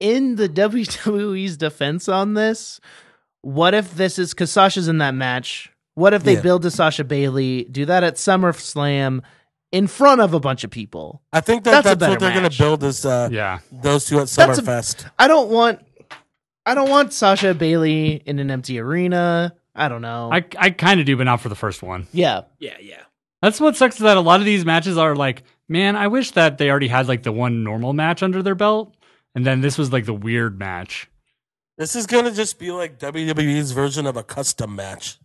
[SPEAKER 2] in the WWE's defense on this, what if this is because Sasha's in that match? What if they
[SPEAKER 4] Yeah.
[SPEAKER 2] build to Sasha Bailey, do that at SummerSlam in front of a bunch of people?
[SPEAKER 4] I think that
[SPEAKER 2] That's a
[SPEAKER 4] that's,
[SPEAKER 2] better
[SPEAKER 4] what they're
[SPEAKER 2] match.
[SPEAKER 4] gonna build is uh,
[SPEAKER 3] Yeah.
[SPEAKER 4] those two at
[SPEAKER 2] That's a-
[SPEAKER 4] Summerfest.
[SPEAKER 2] I don't want I don't want Sasha Bailey in an empty arena. I don't know.
[SPEAKER 3] I, I kind of do, but not for the first one.
[SPEAKER 2] yeah.
[SPEAKER 5] yeah, yeah.
[SPEAKER 3] That's what sucks is that a lot of these matches are like, man, I wish that they already had like the one normal match under their belt. And then this was like the weird match.
[SPEAKER 4] This is gonna just be like WWE's version of a custom match.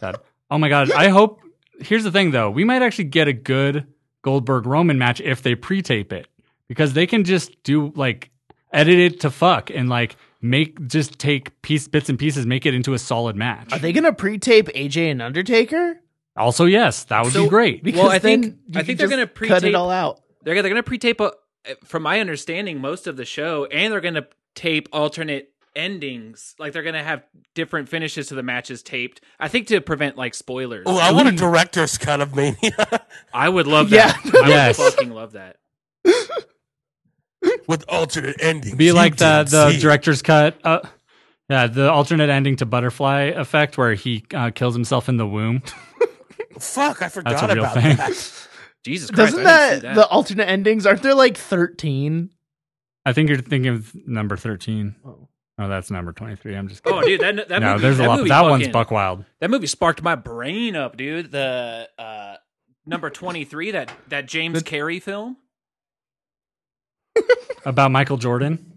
[SPEAKER 3] God. Oh my God. I hope. Here's the thing though. We might actually get a good Goldberg Roman match if they pre tape it because they can just do like edit it to fuck and like make just take piece bits and pieces, make it into a solid match.
[SPEAKER 2] Are they gonna pre-tape AJ and Undertaker?
[SPEAKER 3] also, yes, that would
[SPEAKER 5] So-
[SPEAKER 3] be great.
[SPEAKER 2] Because
[SPEAKER 5] I
[SPEAKER 2] then
[SPEAKER 5] think-
[SPEAKER 2] you
[SPEAKER 5] I
[SPEAKER 2] could
[SPEAKER 5] think they're
[SPEAKER 2] just
[SPEAKER 5] gonna
[SPEAKER 2] cut it
[SPEAKER 5] pre-tape-
[SPEAKER 2] all out.
[SPEAKER 5] They're they're gonna pre-tape, uh from my understanding, most of the show, and they're gonna tape alternate endings. Like they're gonna have different finishes to the matches taped. I think to prevent like spoilers.
[SPEAKER 4] Oh, I want a director's cut of Mania
[SPEAKER 5] I would love that.
[SPEAKER 2] Yeah.
[SPEAKER 5] I
[SPEAKER 3] Yes.
[SPEAKER 5] would fucking love that.
[SPEAKER 4] with alternate endings.
[SPEAKER 3] be
[SPEAKER 4] You
[SPEAKER 3] like the
[SPEAKER 4] didn't
[SPEAKER 3] the
[SPEAKER 4] see.
[SPEAKER 3] director's cut. Uh, yeah, the alternate ending to Butterfly effect where he uh, kills himself in the womb.
[SPEAKER 4] Fuck, I
[SPEAKER 3] That's
[SPEAKER 4] forgot
[SPEAKER 3] a real
[SPEAKER 4] about
[SPEAKER 3] thing.
[SPEAKER 4] that.
[SPEAKER 5] Jesus Christ!
[SPEAKER 2] Doesn't
[SPEAKER 5] I didn't
[SPEAKER 2] that,
[SPEAKER 5] see that
[SPEAKER 2] the alternate endings? Aren't there like thirteen?
[SPEAKER 3] I think you're thinking of number thirteen.
[SPEAKER 2] Oh.
[SPEAKER 3] Oh, that's number twenty-three. I'm just kidding.
[SPEAKER 5] Oh, dude, that that
[SPEAKER 3] no,
[SPEAKER 5] movie,
[SPEAKER 3] there's a
[SPEAKER 5] that
[SPEAKER 3] lot.
[SPEAKER 5] movie
[SPEAKER 3] that one's
[SPEAKER 5] fucking-
[SPEAKER 3] buck wild.
[SPEAKER 5] That movie sparked my brain up, dude. The uh, number twenty three, that that James Carey film.
[SPEAKER 3] about Michael Jordan.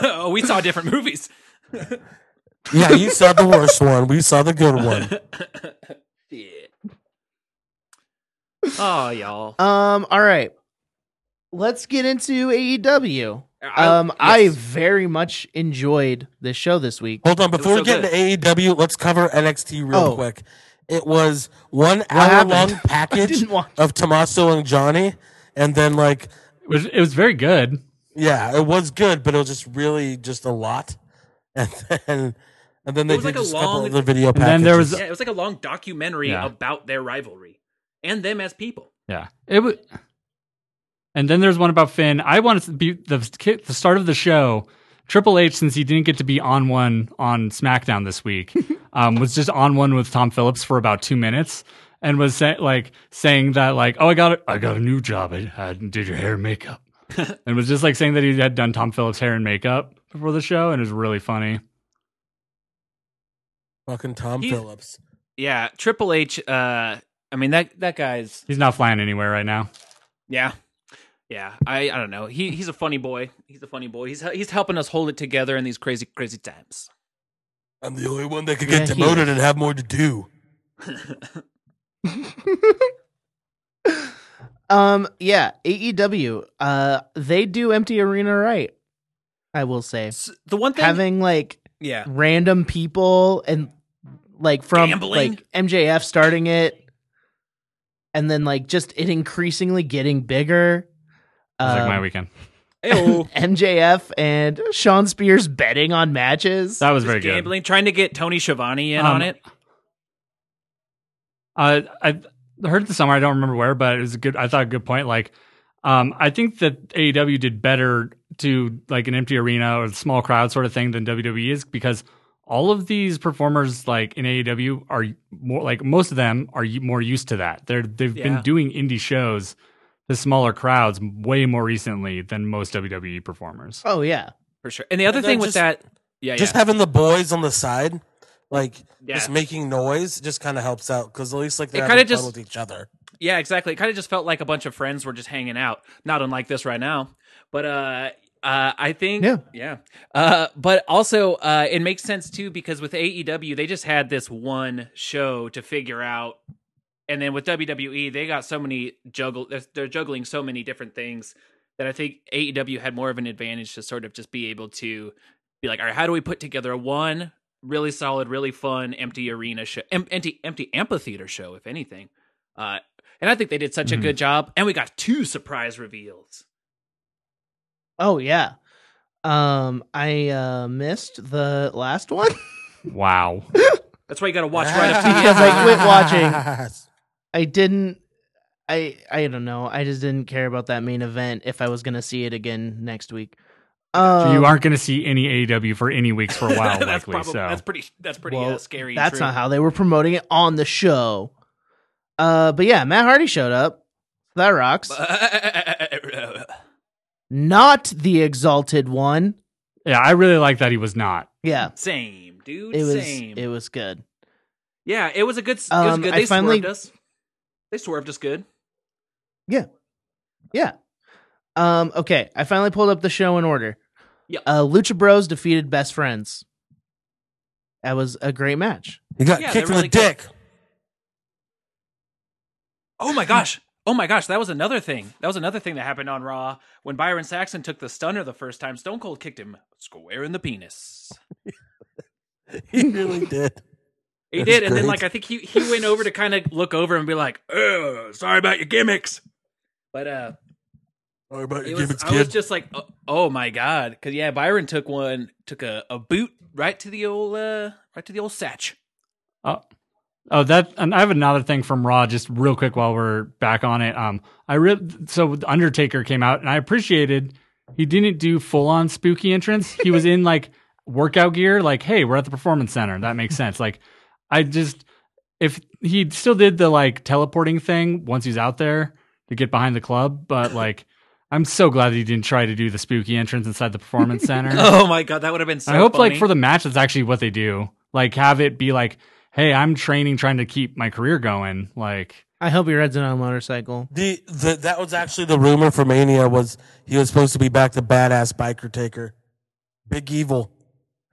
[SPEAKER 5] oh, we saw different movies.
[SPEAKER 4] Yeah, you saw the worst one. We saw the good one.
[SPEAKER 5] yeah. Oh, y'all.
[SPEAKER 2] Um, all right. Let's get into AEW.
[SPEAKER 5] I-
[SPEAKER 2] Um, I,
[SPEAKER 5] yes.
[SPEAKER 2] very much enjoyed this show this week.
[SPEAKER 4] Hold on, before
[SPEAKER 5] so
[SPEAKER 4] we get into AEW, let's cover NXT real
[SPEAKER 2] Oh.
[SPEAKER 4] quick. It was one hour
[SPEAKER 2] happened?
[SPEAKER 4] long
[SPEAKER 2] I
[SPEAKER 4] package
[SPEAKER 2] didn't watch.
[SPEAKER 4] of Tommaso and Johnny, and then like
[SPEAKER 3] It was, it was very good.
[SPEAKER 4] yeah, it was good, but it was just really just a lot. And then and then they
[SPEAKER 5] was,
[SPEAKER 4] did
[SPEAKER 5] like, a
[SPEAKER 4] just a couple
[SPEAKER 5] long-
[SPEAKER 4] of the video
[SPEAKER 3] And
[SPEAKER 4] packages.
[SPEAKER 3] then there was-
[SPEAKER 5] yeah, it was like a long documentary
[SPEAKER 3] Yeah.
[SPEAKER 5] about their rivalry and them as people.
[SPEAKER 3] Yeah, it was. And then there's one about Finn. I wanted to be the the start of the show. Triple H, since he didn't get to be on one on SmackDown this week, um, was just on one with Tom Phillips for about two minutes and was say, like saying that like, oh, I got a, I got a new job. I, I did your hair and makeup, and was just like saying that he had done Tom Phillips hair and makeup before the show, and it was really funny.
[SPEAKER 4] fucking Tom
[SPEAKER 5] He-
[SPEAKER 4] Phillips.
[SPEAKER 5] Yeah, Triple H. Uh, I mean that that guy's
[SPEAKER 3] He's not flying anywhere right now.
[SPEAKER 5] Yeah. Yeah. I, I don't know. He he's a funny boy. He's a funny boy. He's he's helping us hold it together in these crazy crazy times.
[SPEAKER 4] I'm the only one that could
[SPEAKER 2] Yeah,
[SPEAKER 4] get
[SPEAKER 2] he
[SPEAKER 4] demoted
[SPEAKER 2] is.
[SPEAKER 4] and have more to do.
[SPEAKER 2] um, yeah, AEW. Uh, they do empty arena right. I will say
[SPEAKER 5] S- the one thing
[SPEAKER 2] having like
[SPEAKER 5] Yeah.
[SPEAKER 2] random people and like from
[SPEAKER 5] Gambling?
[SPEAKER 2] like MJF starting it, and then like just it increasingly getting bigger.
[SPEAKER 3] It was
[SPEAKER 2] Um,
[SPEAKER 3] like my weekend.
[SPEAKER 5] Ayo.
[SPEAKER 2] MJF and Sean Spears betting on matches.
[SPEAKER 3] That was very good.
[SPEAKER 5] gambling, trying to get Tony Schiavone in
[SPEAKER 3] Um,
[SPEAKER 5] on it.
[SPEAKER 3] Uh, I heard this somewhere. I don't remember where, but it was a good. I thought a good point. Like, um, I think that AEW did better to like an empty arena or a small crowd sort of thing than WWE is because all of these performers like in AEW are more like most of them are u- more used to that. They're they've
[SPEAKER 5] Yeah.
[SPEAKER 3] been doing indie shows to smaller crowds way more recently than most WWE performers.
[SPEAKER 2] oh yeah.
[SPEAKER 5] For sure. And the other
[SPEAKER 4] And then
[SPEAKER 5] thing
[SPEAKER 4] just-
[SPEAKER 5] with that Yeah,
[SPEAKER 4] Just
[SPEAKER 5] yeah.
[SPEAKER 4] having the boys on the side, like
[SPEAKER 5] Yeah.
[SPEAKER 4] just making noise, just kind of helps out because at least like
[SPEAKER 5] It
[SPEAKER 4] they're
[SPEAKER 5] kinda
[SPEAKER 4] having fun
[SPEAKER 5] just-
[SPEAKER 4] with each other.
[SPEAKER 5] yeah, exactly. It kind of just felt like a bunch of friends were just hanging out. Not unlike this right now. But uh uh, I think,
[SPEAKER 2] Yeah.
[SPEAKER 5] yeah. Uh, but also, uh, it makes sense too because with AEW, they just had this one show to figure out and then with WWE, they got so many juggle. They're, they're juggling so many different things that I think AEW had more of an advantage to sort of just be able to be like, all right, how do we put together a one really solid, really fun empty arena show, em- empty empty amphitheater show, if anything. Uh, and I think they did such a
[SPEAKER 3] Mhm.
[SPEAKER 5] good job, and we got two surprise reveals.
[SPEAKER 2] Oh yeah. Um, I uh, missed the last one
[SPEAKER 3] Wow.
[SPEAKER 5] That's why you got to watch right up to the end.
[SPEAKER 2] Because I quit watching. I didn't. I I don't know. I just didn't care about that main event if I was gonna see it again next week. Um,
[SPEAKER 3] So you aren't going to see any AEW for any weeks for a while,
[SPEAKER 5] Uh, that's,
[SPEAKER 3] likely.
[SPEAKER 5] probably,
[SPEAKER 3] so
[SPEAKER 5] that's pretty. That's pretty
[SPEAKER 2] Well,
[SPEAKER 5] uh, scary. and
[SPEAKER 2] That's
[SPEAKER 5] true.
[SPEAKER 2] not how they were promoting it on the show. Uh, but yeah, Matt Hardy showed up. That rocks. Not the exalted one.
[SPEAKER 3] yeah, I really like that he was not.
[SPEAKER 2] Yeah,
[SPEAKER 5] same, dude.
[SPEAKER 2] it was.
[SPEAKER 5] same.
[SPEAKER 2] It was good.
[SPEAKER 5] yeah, it was a good. s- it was
[SPEAKER 2] Um,
[SPEAKER 5] good.
[SPEAKER 2] I
[SPEAKER 5] They
[SPEAKER 2] finally-
[SPEAKER 5] swerved us. They swerved us good.
[SPEAKER 2] Um, okay, I finally pulled up the show in order.
[SPEAKER 5] Yep.
[SPEAKER 2] Uh, Lucha Bros defeated Best Friends. That was a great match.
[SPEAKER 4] You got
[SPEAKER 5] Yeah,
[SPEAKER 4] kicked
[SPEAKER 5] they
[SPEAKER 4] in
[SPEAKER 5] really
[SPEAKER 4] the dick.
[SPEAKER 5] Oh my gosh. Oh my gosh, that was another thing. That was another thing that happened on Raw when Byron Saxon took the stunner the first time. Stone Cold kicked him square in the penis.
[SPEAKER 4] He really did.
[SPEAKER 5] He
[SPEAKER 4] That's
[SPEAKER 5] did, and then
[SPEAKER 4] great.
[SPEAKER 5] like I think he he went over to kind of look over and be like, "Ugh, sorry about your gimmicks." But uh,
[SPEAKER 4] Sorry about
[SPEAKER 5] it
[SPEAKER 4] your
[SPEAKER 5] was,
[SPEAKER 4] gimmicks,
[SPEAKER 5] I was
[SPEAKER 4] kid.
[SPEAKER 5] just like, "Oh, oh my god," because yeah, Byron took one, took a, a boot right to the old uh, right to the old satch.
[SPEAKER 3] Oh, that and I have another thing from Raw just real quick while we're back on it. Um I re- so Undertaker came out and I appreciated he didn't do full on spooky entrance. He was in like workout gear like, "Hey, we're at the performance center." That makes sense. Like I just if he still did the like teleporting thing once he's out there to get behind the club, but like I'm so glad that he didn't try to do the spooky entrance inside the performance center.
[SPEAKER 5] Oh my god, that would have been so.
[SPEAKER 3] I hope like
[SPEAKER 5] funny.
[SPEAKER 3] for the match that's actually what they do. Like have it be like, hey, I'm training trying to keep my career going. Like
[SPEAKER 2] I hope he rides it on a motorcycle.
[SPEAKER 4] The, the that was actually the rumor for Mania was he was supposed to be back the badass biker taker, big evil.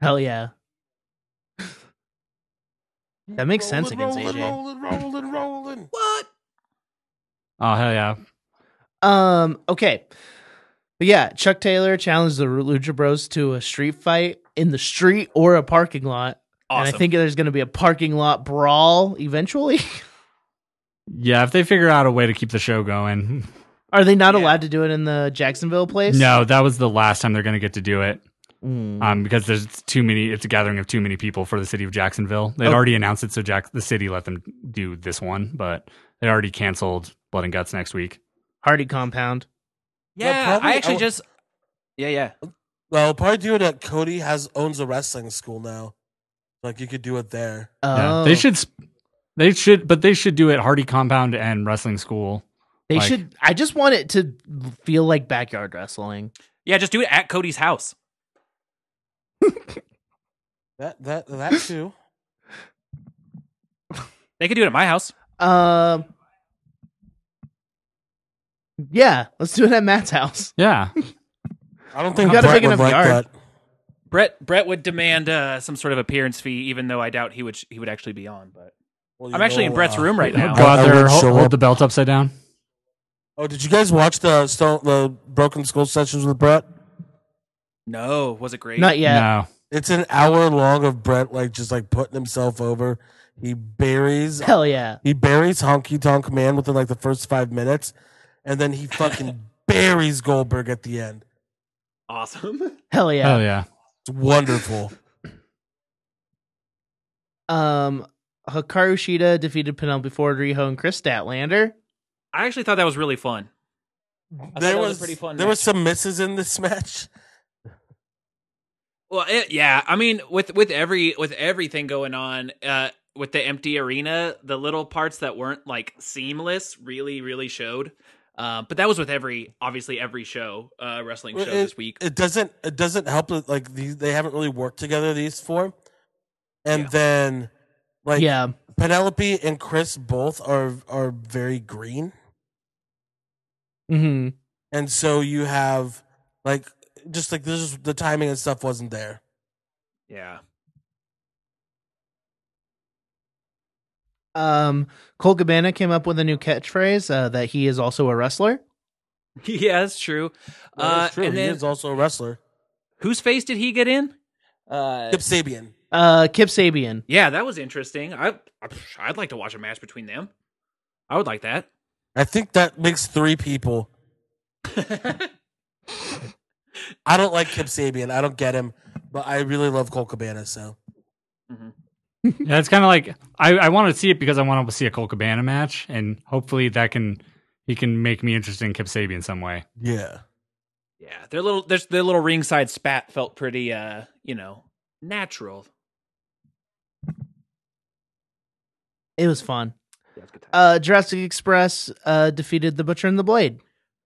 [SPEAKER 2] Hell yeah. That makes sense against
[SPEAKER 4] rolling,
[SPEAKER 2] AJ.
[SPEAKER 4] Rolling, rolling, rolling.
[SPEAKER 5] what?
[SPEAKER 3] oh hell yeah.
[SPEAKER 2] Um. Okay. But yeah, Chuck Taylor challenged the Lucha Bros to a street fight in the street or a parking lot,
[SPEAKER 5] Awesome.
[SPEAKER 2] and I think there's going to be a parking lot brawl eventually.
[SPEAKER 3] Yeah, if they figure out a way to keep the show going.
[SPEAKER 2] Are they not
[SPEAKER 5] Yeah.
[SPEAKER 2] allowed to do it in the Jacksonville place?
[SPEAKER 3] no, that was the last time they're gonna get to do it.
[SPEAKER 2] Mm.
[SPEAKER 3] Um, because there's too many it's a gathering of too many people for the city of Jacksonville. They'd
[SPEAKER 2] Oh.
[SPEAKER 3] already announced it, so Jack the city let them do this one, but they already canceled Blood and Guts next week.
[SPEAKER 2] Hardy compound.
[SPEAKER 5] yeah,
[SPEAKER 4] Yeah, probably-
[SPEAKER 5] I actually
[SPEAKER 4] I w-
[SPEAKER 5] just. Yeah, yeah.
[SPEAKER 4] Well, probably do it at Cody has owns a wrestling school now. Like you could do it there.
[SPEAKER 2] Oh,
[SPEAKER 3] Yeah. They should sp- they should but they should do it Hardy Compound and Wrestling School.
[SPEAKER 2] They
[SPEAKER 3] like-
[SPEAKER 2] should. I just want it to feel like backyard wrestling.
[SPEAKER 5] Yeah, just do it at Cody's house.
[SPEAKER 4] That that that too.
[SPEAKER 5] They could do it at my house.
[SPEAKER 2] Um. Yeah, let's do it at Matt's house.
[SPEAKER 3] Yeah.
[SPEAKER 4] I don't think
[SPEAKER 2] You gotta
[SPEAKER 4] Brett
[SPEAKER 2] make
[SPEAKER 4] would
[SPEAKER 2] enough
[SPEAKER 4] like
[SPEAKER 2] yard.
[SPEAKER 4] that.
[SPEAKER 5] Brett Brett would demand uh, some sort of appearance fee, even though I doubt he would he would actually be on. But
[SPEAKER 4] Well, you
[SPEAKER 5] I'm actually
[SPEAKER 4] know,
[SPEAKER 5] in Brett's
[SPEAKER 4] uh,
[SPEAKER 5] room right now.
[SPEAKER 3] Go out
[SPEAKER 4] I
[SPEAKER 3] there,
[SPEAKER 4] would
[SPEAKER 3] hold,
[SPEAKER 4] show
[SPEAKER 3] hold
[SPEAKER 4] up.
[SPEAKER 3] the belt upside down.
[SPEAKER 4] Oh, did you guys watch the Stone, the Broken Skull sessions with Brett?
[SPEAKER 5] No, was it great?
[SPEAKER 2] Not yet.
[SPEAKER 3] No.
[SPEAKER 4] It's an hour long of Brett like just like putting himself over. He buries
[SPEAKER 2] Hell yeah.
[SPEAKER 4] he buries Honky Tonk Man within like the first five minutes, and then he fucking buries Goldberg at the end.
[SPEAKER 5] awesome.
[SPEAKER 2] Hell yeah.
[SPEAKER 3] Oh yeah.
[SPEAKER 4] It's wonderful.
[SPEAKER 2] Um, Hikaru Shida defeated Penelope Ford, Riho, and Chris Statlander.
[SPEAKER 5] I actually thought that was really fun. thought that was a pretty fun
[SPEAKER 4] there
[SPEAKER 5] match.
[SPEAKER 4] was some misses in this match.
[SPEAKER 5] Well, it, yeah, I mean, with with every with everything going on, uh, with the empty arena, the little parts that weren't like seamless really, really showed. Uh, but that was with every, obviously, every show, uh, wrestling show
[SPEAKER 4] Well,
[SPEAKER 5] this week.
[SPEAKER 4] It doesn't it doesn't help that like these they haven't really worked together these four, and
[SPEAKER 5] Yeah.
[SPEAKER 4] then like
[SPEAKER 2] yeah.
[SPEAKER 4] Penelope and Chris both are are very green.
[SPEAKER 2] hmm
[SPEAKER 4] and so you have like just like this is the timing and stuff wasn't there
[SPEAKER 5] yeah,
[SPEAKER 2] Um, Cole Cabana came up with a new catchphrase uh, that he is also a wrestler.
[SPEAKER 5] yeah, that's true. uh, And
[SPEAKER 4] he
[SPEAKER 5] then,
[SPEAKER 4] is also a wrestler
[SPEAKER 5] whose face did he get in? Uh,
[SPEAKER 4] Kip sabian
[SPEAKER 2] Uh, Kip Sabian.
[SPEAKER 5] yeah, that was interesting. I, I, I'd like to watch a match between them. I would like that.
[SPEAKER 4] i think that makes three people I don't like Kip Sabian. I don't get him, but I really love Cole Cabana. So
[SPEAKER 3] Yeah, it's kind of like I, I want to see it because I want to see a Cole Cabana match, and hopefully that can he can make me interested in Kip Sabian some way.
[SPEAKER 4] yeah,
[SPEAKER 5] Yeah, their little their, their little ringside spat felt pretty, uh, you know, natural.
[SPEAKER 2] It was fun.
[SPEAKER 5] Yeah, it's good time.
[SPEAKER 2] Uh, Jurassic Express uh, defeated the Butcher and the Blade.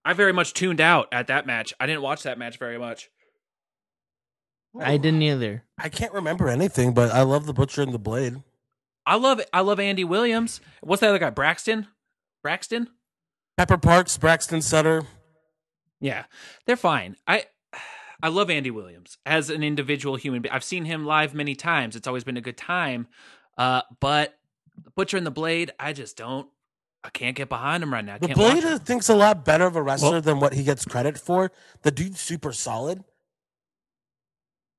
[SPEAKER 5] I very much tuned out at that match. I didn't watch that match very much.
[SPEAKER 2] I didn't either.
[SPEAKER 4] I can't remember anything, but I love the Butcher and the Blade.
[SPEAKER 5] I love I love Andy Williams. What's that other guy? Braxton? Braxton?
[SPEAKER 4] Pepper Parks, Braxton Sutter.
[SPEAKER 5] Yeah, they're fine. I I love Andy Williams as an individual human being. I've seen him live many times. It's always been a good time. Uh, but Butcher and the Blade, I just don't. I can't get behind him right now. I
[SPEAKER 4] The
[SPEAKER 5] can't watch
[SPEAKER 4] Blade
[SPEAKER 5] him.
[SPEAKER 4] is- thinks a lot better of a wrestler
[SPEAKER 3] Well-
[SPEAKER 4] than what he gets credit for. The dude's super solid,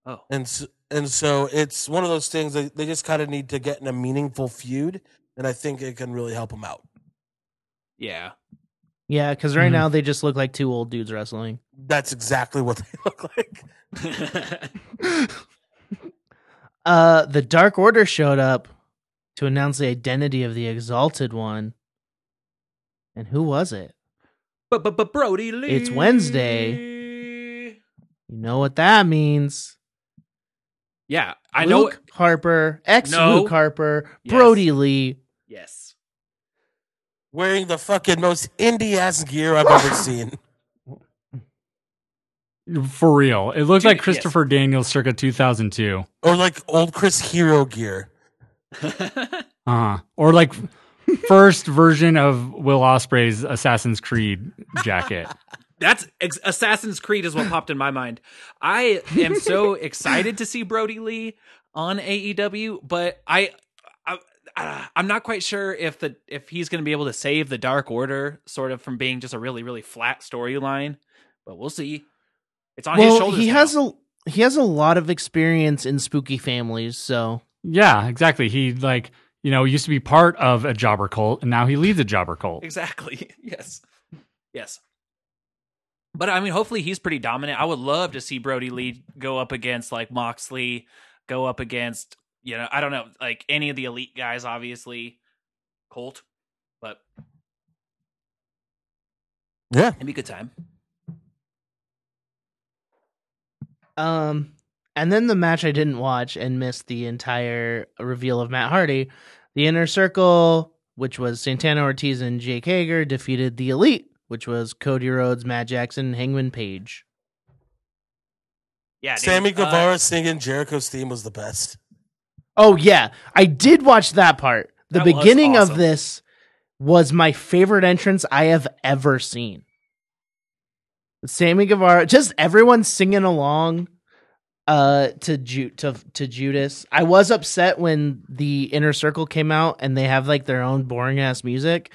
[SPEAKER 5] Oh,
[SPEAKER 4] and s and so it's one of those things that they just kind of need to get in a meaningful feud, and I think it can really help him out.
[SPEAKER 5] yeah.
[SPEAKER 2] Yeah, because right
[SPEAKER 5] Mm-hmm.
[SPEAKER 3] Mhm.
[SPEAKER 2] now they just look like two old dudes wrestling.
[SPEAKER 4] That's exactly what they look like.
[SPEAKER 2] Uh, the Dark Order showed up to announce the identity of the Exalted One. And who was it?
[SPEAKER 5] but but but Brody Lee.
[SPEAKER 2] It's Wednesday. You know what that means.
[SPEAKER 5] Yeah, I know.
[SPEAKER 2] Luke Harper, ex
[SPEAKER 5] No.
[SPEAKER 2] Luke Harper,
[SPEAKER 5] Yes.
[SPEAKER 2] Brody Lee.
[SPEAKER 5] Yes.
[SPEAKER 4] Wearing the fucking most indie ass gear I've ever seen.
[SPEAKER 3] For real, it looks
[SPEAKER 5] Dude,
[SPEAKER 3] like Christopher Daniels circa 2002,
[SPEAKER 4] Or like old Chris Hero gear.
[SPEAKER 3] uh huh, or like first version of Will Osprey's Assassin's Creed jacket.
[SPEAKER 5] That's ex- Assassin's Creed is what popped in my mind. I am so excited to see Brody Lee on AEW, but I, I uh, I'm not quite sure if the if he's going to be able to save the Dark Order sort of from being just a really really flat storyline, but we'll see. It's on his
[SPEAKER 2] well,
[SPEAKER 5] shoulders.
[SPEAKER 2] he
[SPEAKER 5] now.
[SPEAKER 2] has a he has a lot of experience in spooky families, so
[SPEAKER 3] Yeah, exactly. He like you know used to be part of a jobber cult, and now he leads a jobber cult.
[SPEAKER 5] Exactly. Yes. Yes. But I mean, hopefully he's pretty dominant. I would love to see Brody Lee go up against like Moxley, go up against, you know, I don't know, like any of the elite guys, obviously. Colt. But
[SPEAKER 4] Yeah.
[SPEAKER 5] it'd be a good time.
[SPEAKER 2] Um, and then the match I didn't watch and missed the entire reveal of Matt Hardy, the Inner Circle, which was Santana Ortiz and Jake Hager, defeated the Elite, which was Cody Rhodes, Matt Jackson, and Hangman Page.
[SPEAKER 5] Yeah. dude.
[SPEAKER 4] Sammy
[SPEAKER 5] Uh,
[SPEAKER 4] Guevara singing Jericho's theme was the best.
[SPEAKER 2] Oh yeah, I did watch that part. The
[SPEAKER 5] That was
[SPEAKER 2] beginning of
[SPEAKER 5] awesome.
[SPEAKER 2] this was my favorite entrance I have ever seen. Sammy Guevara, just everyone singing along uh to Ju- to to Judas. I was upset when the inner circle came out and they have like their own boring ass music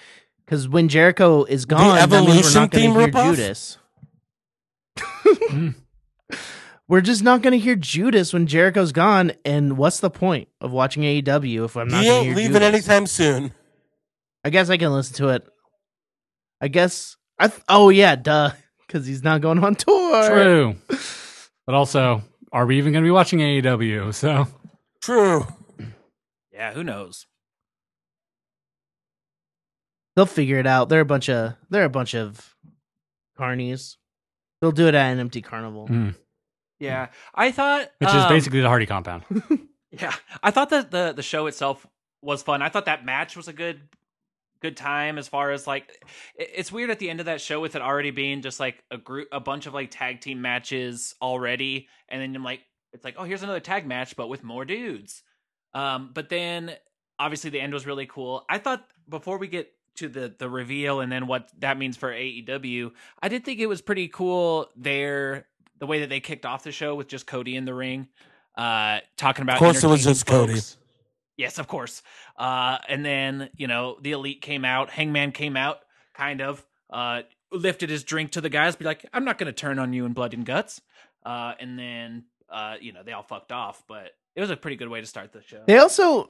[SPEAKER 2] cuz when Jericho is gone, that means we're
[SPEAKER 4] Evolution
[SPEAKER 2] not going
[SPEAKER 4] theme
[SPEAKER 2] to hear
[SPEAKER 4] ripoff?
[SPEAKER 2] Judas. We're just not going to hear Judas when Jericho's gone and what's the point of watching AEW if I'm not
[SPEAKER 4] he
[SPEAKER 2] going to
[SPEAKER 4] ain't
[SPEAKER 2] hear
[SPEAKER 4] leaving
[SPEAKER 2] Judas?
[SPEAKER 4] anytime soon.
[SPEAKER 2] I guess I can listen to it. I guess I th- oh yeah, duh, because he's not going on tour.
[SPEAKER 3] True. But also, are we even going to be watching AEW? So
[SPEAKER 4] True.
[SPEAKER 5] Yeah. Who knows?
[SPEAKER 2] They'll figure it out. They're a bunch of they're a bunch of carnies. They'll do it at an empty carnival.
[SPEAKER 4] Mm-hmm.
[SPEAKER 3] Mm.
[SPEAKER 5] Yeah. I thought.
[SPEAKER 3] which is
[SPEAKER 5] um,
[SPEAKER 3] basically the Hardy compound.
[SPEAKER 5] Yeah, I thought that the the show itself was fun. I thought that match was a good good time as far as like it- it's weird at the end of that show with it already being just like a group a bunch of like tag team matches already and then I'm like it's like oh here's another tag match but with more dudes. Um but then obviously the end was really cool. I thought before we get to the the reveal and then what that means for AEW, I did think it was pretty cool there the way that they kicked off the show with just Cody in the ring, uh, talking about
[SPEAKER 4] Of course it was
[SPEAKER 5] entertaining
[SPEAKER 4] just Cody.
[SPEAKER 5] folks. Yes, of course. Uh, and then you know the elite came out, Hangman came out, kind of uh, lifted his drink to the guys, be like, "I'm not going to turn on you in blood and guts." Uh, and then uh, you know they all fucked off, but it was a pretty good way to start the show.
[SPEAKER 2] They also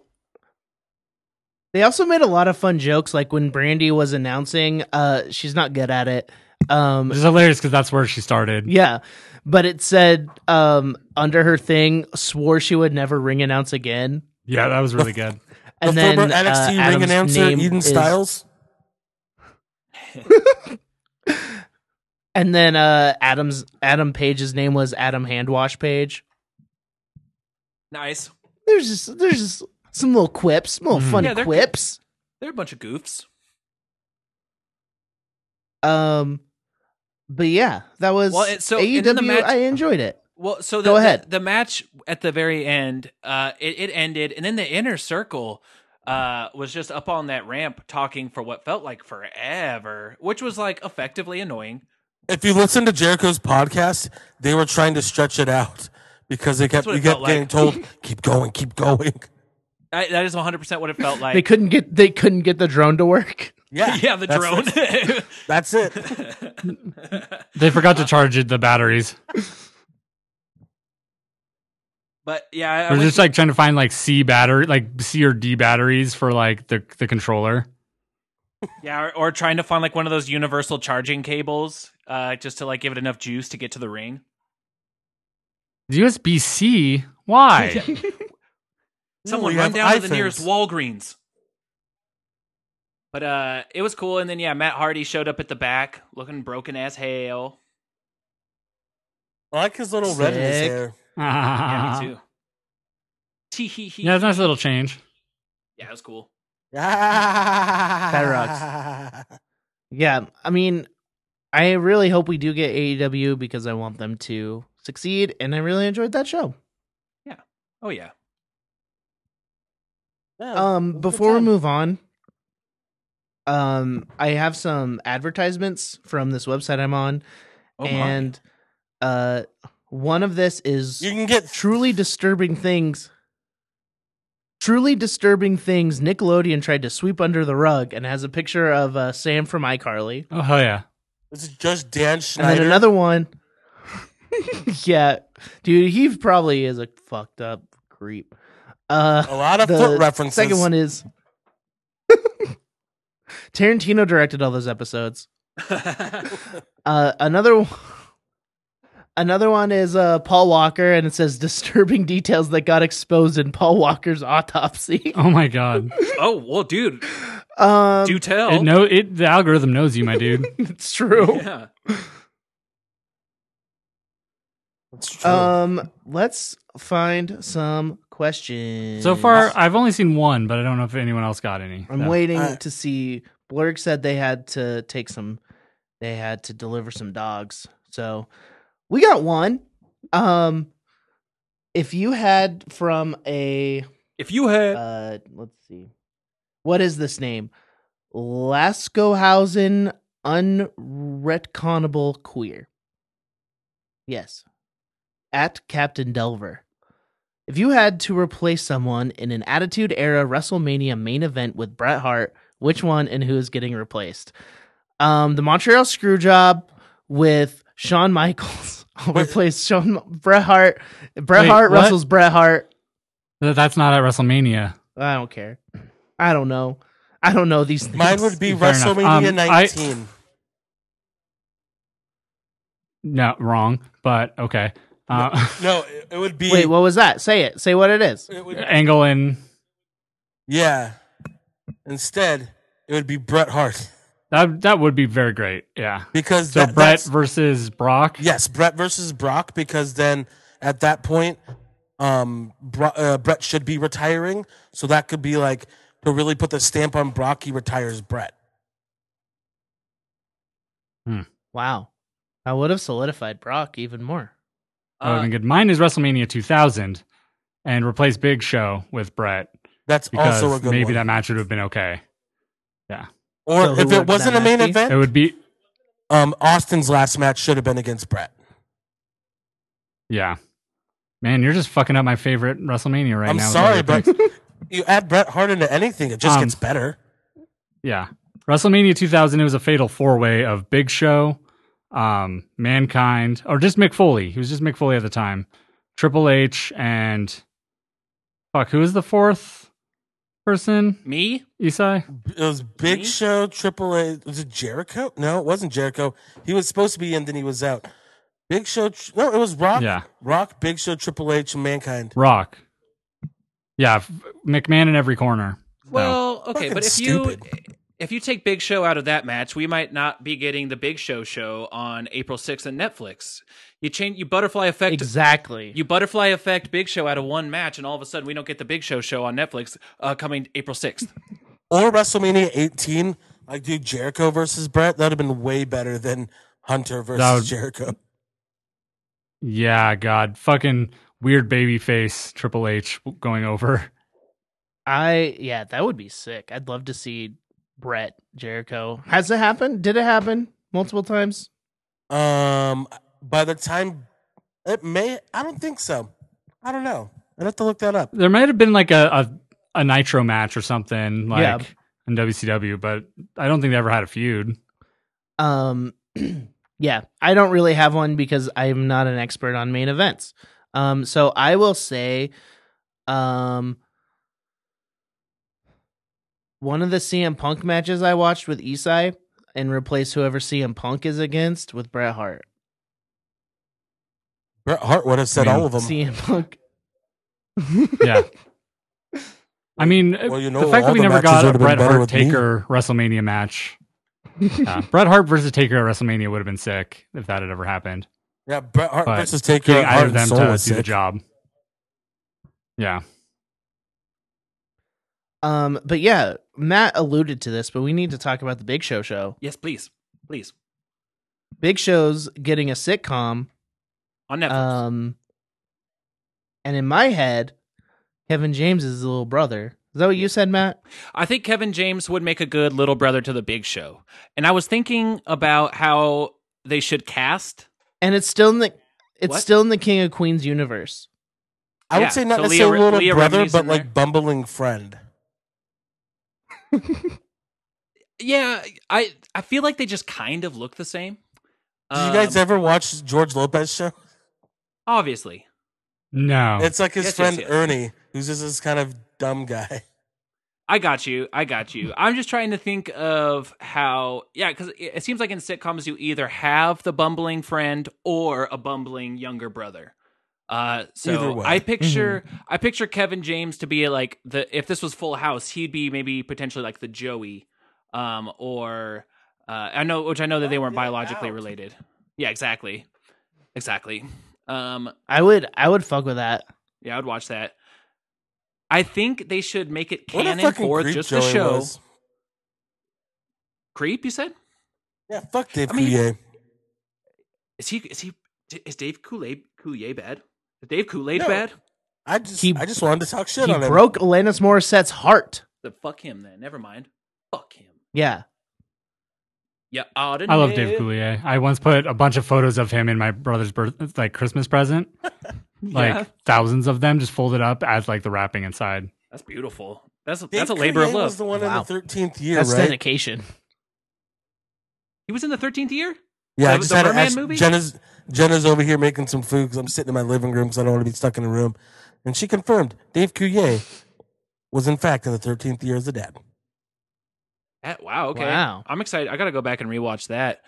[SPEAKER 2] They also made a lot of fun jokes, like when Brandy was announcing, uh, she's not good at it. Um,
[SPEAKER 3] Which is hilarious because that's where she started.
[SPEAKER 2] yeah, but it said um, under her thing, swore she would never ring announce again.
[SPEAKER 3] Yeah, that was really good.
[SPEAKER 2] And
[SPEAKER 4] the
[SPEAKER 2] then
[SPEAKER 4] former
[SPEAKER 2] uh,
[SPEAKER 4] NXT ring
[SPEAKER 2] Adam's
[SPEAKER 4] announcer
[SPEAKER 2] name
[SPEAKER 4] Eden
[SPEAKER 2] is-
[SPEAKER 4] Styles.
[SPEAKER 2] And then uh, Adam's Adam Page's name was Adam Handwash Page.
[SPEAKER 5] Nice.
[SPEAKER 2] There's just there's just some little quips, some little
[SPEAKER 3] Mhm.
[SPEAKER 2] funny
[SPEAKER 5] Yeah, they're-
[SPEAKER 2] quips.
[SPEAKER 5] They're a bunch of goofs.
[SPEAKER 2] Um, but yeah, that was
[SPEAKER 5] Well, it- so in the
[SPEAKER 2] AEW.
[SPEAKER 5] match-
[SPEAKER 2] I enjoyed it.
[SPEAKER 5] Well, so the,
[SPEAKER 2] Go ahead.
[SPEAKER 5] The, the match at the very end, uh, it, it ended, and then the inner circle uh, was just up on that ramp talking for what felt like forever, which was like effectively annoying.
[SPEAKER 4] If you listen to Jericho's podcast, they were trying to stretch it out because they kept
[SPEAKER 5] what
[SPEAKER 4] you
[SPEAKER 5] it
[SPEAKER 4] kept
[SPEAKER 5] felt
[SPEAKER 4] getting
[SPEAKER 5] like.
[SPEAKER 4] told, "Keep going, keep going."
[SPEAKER 5] I, that is 100 percent what it felt
[SPEAKER 2] they
[SPEAKER 5] like.
[SPEAKER 2] couldn't get they couldn't get the drone to work.
[SPEAKER 4] Yeah,
[SPEAKER 5] yeah, the
[SPEAKER 4] that's
[SPEAKER 5] drone.
[SPEAKER 4] it. That's it.
[SPEAKER 3] They forgot to charge it, the batteries.
[SPEAKER 5] but yeah, I, I
[SPEAKER 3] They're
[SPEAKER 5] went
[SPEAKER 3] just like trying to find like C battery, like C or D batteries for like the the controller.
[SPEAKER 5] Yeah, or, or trying to find like one of those universal charging cables, uh, just to like give it enough juice to get to the ring.
[SPEAKER 3] USB C. Why?
[SPEAKER 5] Someone
[SPEAKER 4] we
[SPEAKER 5] run
[SPEAKER 4] have
[SPEAKER 5] down to the
[SPEAKER 4] iPhones.
[SPEAKER 5] nearest Walgreens. But uh, it was cool, and then yeah, Matt Hardy showed up at the back, looking broken as hell.
[SPEAKER 4] I like his little red in his
[SPEAKER 2] Sick.
[SPEAKER 4] hair.
[SPEAKER 5] Yeah, me
[SPEAKER 3] yeah,
[SPEAKER 5] too. Tee hee hee.
[SPEAKER 3] it's a nice little change.
[SPEAKER 5] Yeah, it was cool.
[SPEAKER 4] that rocks.
[SPEAKER 2] Yeah, I mean, I really hope we do get AEW because I want them to succeed, and I really enjoyed that show.
[SPEAKER 5] Oh yeah,
[SPEAKER 2] Um, before we move on, um, I have some advertisements from this website I'm on,
[SPEAKER 5] oh, my.
[SPEAKER 2] and uh, one of this is
[SPEAKER 4] you can get
[SPEAKER 2] truly disturbing things. Truly disturbing things Nickelodeon tried to sweep under the rug and has a picture of uh, Sam from iCarly.
[SPEAKER 3] Oh hell yeah!
[SPEAKER 4] this is just Dan
[SPEAKER 2] And
[SPEAKER 4] Schneider.
[SPEAKER 2] then another one. yeah. Dude, he probably is a fucked up creep. Uh
[SPEAKER 4] a lot of
[SPEAKER 2] the
[SPEAKER 4] foot references.
[SPEAKER 2] second one is Tarantino directed all those episodes. Uh another one Another one is uh, Paul Walker, and it says disturbing details that got exposed in Paul Walker's autopsy.
[SPEAKER 3] Oh my god!
[SPEAKER 5] oh well, dude,
[SPEAKER 3] Oh,
[SPEAKER 2] Um,
[SPEAKER 5] do tell.
[SPEAKER 3] It know it. The algorithm knows you, my dude.
[SPEAKER 2] it's true.
[SPEAKER 5] Yeah.
[SPEAKER 4] That's true.
[SPEAKER 2] Um, let's find some questions.
[SPEAKER 3] So far, I've only seen one, but I don't know if anyone else got any.
[SPEAKER 2] I'm
[SPEAKER 3] So-
[SPEAKER 2] waiting
[SPEAKER 4] Uh,
[SPEAKER 2] to see. Blurg said they had to take some, they had to deliver some dogs. So we got one. Um, if you had from a,
[SPEAKER 5] If you had
[SPEAKER 2] uh, let's see, what is this name? Laskohausen Unretconable Queer. Yes. At Captain Delver. If you had to replace someone in an Attitude Era WrestleMania main event with Bret Hart, which one and who is getting replaced? Um, the Montreal Screwjob with Shawn Michaels. I'll
[SPEAKER 4] Wait.
[SPEAKER 2] replace Shawn Bret Hart. Bret
[SPEAKER 3] Wait,
[SPEAKER 2] Hart
[SPEAKER 3] what?
[SPEAKER 2] wrestles Bret Hart.
[SPEAKER 3] Th- That's not at WrestleMania.
[SPEAKER 2] I don't care. I don't know. I don't know these things.
[SPEAKER 4] Mine would be
[SPEAKER 3] Fair enough.
[SPEAKER 4] WrestleMania
[SPEAKER 3] Um, I-
[SPEAKER 4] 19.
[SPEAKER 3] No, wrong. But okay. Uh,
[SPEAKER 4] no, it, it would be.
[SPEAKER 2] Wait, what was that? Say it. Say what it is.
[SPEAKER 4] it would-
[SPEAKER 3] Angle and
[SPEAKER 4] yeah. Instead, it would be Bret Hart
[SPEAKER 3] that that would be very great. Yeah.
[SPEAKER 4] because
[SPEAKER 3] So
[SPEAKER 4] that,
[SPEAKER 3] Brett
[SPEAKER 4] that's-
[SPEAKER 3] versus Brock.
[SPEAKER 4] Yes, Brett versus Brock because then at that point, um, Bro- uh, Brett should be retiring, so that could be like to really put the stamp on Brock. He retires Brett.
[SPEAKER 2] Wow. I would have solidified Brock even more.
[SPEAKER 3] That would have
[SPEAKER 5] uh,
[SPEAKER 3] been good. Mine is WrestleMania 2000, and replace Big Show with Brett
[SPEAKER 4] That's
[SPEAKER 3] because
[SPEAKER 4] also a good
[SPEAKER 3] maybe
[SPEAKER 4] one.
[SPEAKER 3] that match would have been okay.
[SPEAKER 4] or
[SPEAKER 2] So who
[SPEAKER 4] if
[SPEAKER 2] would
[SPEAKER 4] it wasn't a
[SPEAKER 2] that
[SPEAKER 4] main
[SPEAKER 2] match be?
[SPEAKER 3] It
[SPEAKER 4] event,
[SPEAKER 3] would be
[SPEAKER 4] um, Austin's last match should have been against Brett.
[SPEAKER 3] yeah. Man, you're just fucking up my favorite WrestleMania right
[SPEAKER 4] I'm
[SPEAKER 3] now. with
[SPEAKER 4] sorry,
[SPEAKER 3] everything.
[SPEAKER 4] but you add Bret Hart into anything, it just
[SPEAKER 3] Um,
[SPEAKER 4] gets better.
[SPEAKER 3] Yeah. WrestleMania 2000, it was a fatal four way of Big Show, um, Mankind, or just Mick Foley. He was just Mick Foley at the time. Triple H and fuck, who was the fourth? person,
[SPEAKER 5] Me?
[SPEAKER 3] Isai?
[SPEAKER 4] It was Big
[SPEAKER 5] Me?
[SPEAKER 4] Show, Triple A. Was it Jericho? No, it wasn't Jericho. He was supposed to be in, then he was out. Big Show. Tr- No, it was Rock.
[SPEAKER 3] Yeah.
[SPEAKER 4] Rock, Big Show, Triple H, and Mankind.
[SPEAKER 3] Rock. Yeah, f- McMahon in every corner. No.
[SPEAKER 5] Well, okay,
[SPEAKER 4] Fucking
[SPEAKER 5] but if
[SPEAKER 4] stupid.
[SPEAKER 5] you if you take Big Show out of that match, we might not be getting the Big Show show on April 6th on Netflix. You change you butterfly effect
[SPEAKER 2] Exactly.
[SPEAKER 5] you butterfly effect Big Show out of one match and all of a sudden we don't get the Big Show show on Netflix uh, coming April 6th.
[SPEAKER 4] Or WrestleMania 18. Like, dude, Jericho versus Brett. That would have been way better than Hunter versus
[SPEAKER 3] would-
[SPEAKER 4] Jericho.
[SPEAKER 3] yeah, God, fucking weird baby face Triple H going over.
[SPEAKER 2] I yeah, that would be sick. I'd love to see Brett Jericho. Has it happened? Did it happen multiple times?
[SPEAKER 4] Um, by the time it may, I don't think so. I don't know. I'd have to look that up.
[SPEAKER 3] There might have been like a a, a Nitro match or something like
[SPEAKER 2] Yeah.
[SPEAKER 3] in WCW, but I don't think they ever had a feud.
[SPEAKER 2] Um yeah, I don't really have one because I'm not an expert on main events. Um so I will say um one of the CM Punk matches I watched with Isai and replace whoever CM Punk is against with Bret Hart.
[SPEAKER 4] Bret Hart would have said
[SPEAKER 3] Man,
[SPEAKER 4] all of them.
[SPEAKER 2] CM Punk.
[SPEAKER 3] Yeah. I mean, uh,
[SPEAKER 4] Well, you
[SPEAKER 3] the
[SPEAKER 4] know,
[SPEAKER 3] fact that
[SPEAKER 4] all
[SPEAKER 3] we
[SPEAKER 4] the
[SPEAKER 3] never
[SPEAKER 4] matches
[SPEAKER 3] got
[SPEAKER 4] would've
[SPEAKER 3] a
[SPEAKER 4] been
[SPEAKER 3] Bret
[SPEAKER 4] better
[SPEAKER 3] Hart
[SPEAKER 4] with me.
[SPEAKER 3] Taker WrestleMania match. Yeah, Bret Hart versus Taker at WrestleMania would have been sick if that had ever happened.
[SPEAKER 4] Yeah, Bret Hart
[SPEAKER 3] But
[SPEAKER 4] versus Taker.
[SPEAKER 3] Getting either
[SPEAKER 4] Hart
[SPEAKER 3] of
[SPEAKER 4] and
[SPEAKER 3] them
[SPEAKER 4] Soul
[SPEAKER 3] to do
[SPEAKER 4] was
[SPEAKER 3] the
[SPEAKER 4] sick.
[SPEAKER 3] job. Yeah,
[SPEAKER 2] Um, but yeah, Matt alluded to this, but we need to talk about the Big Show show.
[SPEAKER 5] Yes, please. Please.
[SPEAKER 2] Big Show's getting a sitcom.
[SPEAKER 5] On Netflix.
[SPEAKER 4] Uh,
[SPEAKER 2] Um, and in my head, Kevin James is his little brother. Is that what you said, Matt?
[SPEAKER 5] I think Kevin James would make a good little brother to the Big Show. And I was thinking about how they should cast.
[SPEAKER 2] And it's still in the it's
[SPEAKER 5] What?
[SPEAKER 2] still in the King of Queens universe.
[SPEAKER 4] I would
[SPEAKER 5] Yeah,
[SPEAKER 4] say not
[SPEAKER 5] so Leah
[SPEAKER 4] necessarily
[SPEAKER 5] Re-
[SPEAKER 4] little
[SPEAKER 5] Leah
[SPEAKER 4] brother,
[SPEAKER 5] Remini's
[SPEAKER 4] but
[SPEAKER 5] in
[SPEAKER 4] like
[SPEAKER 5] there.
[SPEAKER 4] bumbling friend.
[SPEAKER 5] Yeah, I I feel like they just kind of look the same.
[SPEAKER 4] Did you guys
[SPEAKER 5] Um,
[SPEAKER 4] ever watch George Lopez show?
[SPEAKER 5] obviously.
[SPEAKER 3] no,
[SPEAKER 4] It's like his
[SPEAKER 5] Yes, yes,
[SPEAKER 4] friend
[SPEAKER 5] yes.
[SPEAKER 4] Ernie, who's just this kind of dumb guy.
[SPEAKER 5] I got you. I got you. I'm just trying to think of how, yeah, because it it seems like in sitcoms you either have the bumbling friend or a bumbling younger brother. Uh,
[SPEAKER 4] Either
[SPEAKER 5] so
[SPEAKER 4] way. Mm-hmm.
[SPEAKER 5] I picture, I picture Kevin James to be like the if this was Full House, he'd be maybe potentially like the Joey, um, or uh, I know, which I know that they weren't
[SPEAKER 4] Get
[SPEAKER 5] biologically
[SPEAKER 4] out.
[SPEAKER 5] related. Yeah, exactly, exactly. Um,
[SPEAKER 2] I would I would fuck with that.
[SPEAKER 5] yeah, I would watch that. I think they should make it
[SPEAKER 4] What a
[SPEAKER 5] canon
[SPEAKER 4] fucking
[SPEAKER 5] for
[SPEAKER 4] creep
[SPEAKER 5] just the
[SPEAKER 4] Joey
[SPEAKER 5] show.
[SPEAKER 4] was.
[SPEAKER 5] Creep, you said?
[SPEAKER 4] Yeah, fuck Dave
[SPEAKER 5] I mean, you-
[SPEAKER 4] Coulier.
[SPEAKER 5] Is he? Is he? Is Dave Kool-Aid, Coulier bad? Is Dave Kool-Aid
[SPEAKER 4] No.
[SPEAKER 5] bad?
[SPEAKER 4] I just,
[SPEAKER 2] He-
[SPEAKER 4] I just wanted to talk shit
[SPEAKER 2] He
[SPEAKER 4] on him.
[SPEAKER 2] broke Alanis Morissette's heart.
[SPEAKER 5] Then fuck him. Then never mind. Fuck him.
[SPEAKER 2] Yeah.
[SPEAKER 5] Yeah, Auden.
[SPEAKER 3] I love Dave Coulier. I once put a bunch of photos of him in my brother's birth, like Christmas present, like
[SPEAKER 5] yeah,
[SPEAKER 3] thousands of them, just folded up as like the wrapping inside.
[SPEAKER 5] that's beautiful. That's
[SPEAKER 4] Dave
[SPEAKER 5] that's a labor
[SPEAKER 4] Coulier
[SPEAKER 5] of love.
[SPEAKER 4] Was the one
[SPEAKER 2] Wow.
[SPEAKER 4] in the thirteenth year,
[SPEAKER 2] That's
[SPEAKER 4] right?
[SPEAKER 2] dedication.
[SPEAKER 5] he was in the thirteenth year.
[SPEAKER 4] Yeah, I
[SPEAKER 5] The-
[SPEAKER 4] just
[SPEAKER 5] the
[SPEAKER 4] had to
[SPEAKER 5] Merman
[SPEAKER 4] ask.
[SPEAKER 5] movie?
[SPEAKER 4] Jenna's Jenna's over here making some food because I'm sitting in my living room, so I don't want to be stuck in a room. And she confirmed Dave Coulier was in fact in the thirteenth year as a dad.
[SPEAKER 5] That- wow. Okay.
[SPEAKER 2] Wow.
[SPEAKER 5] I'm excited. I gotta go back and rewatch that.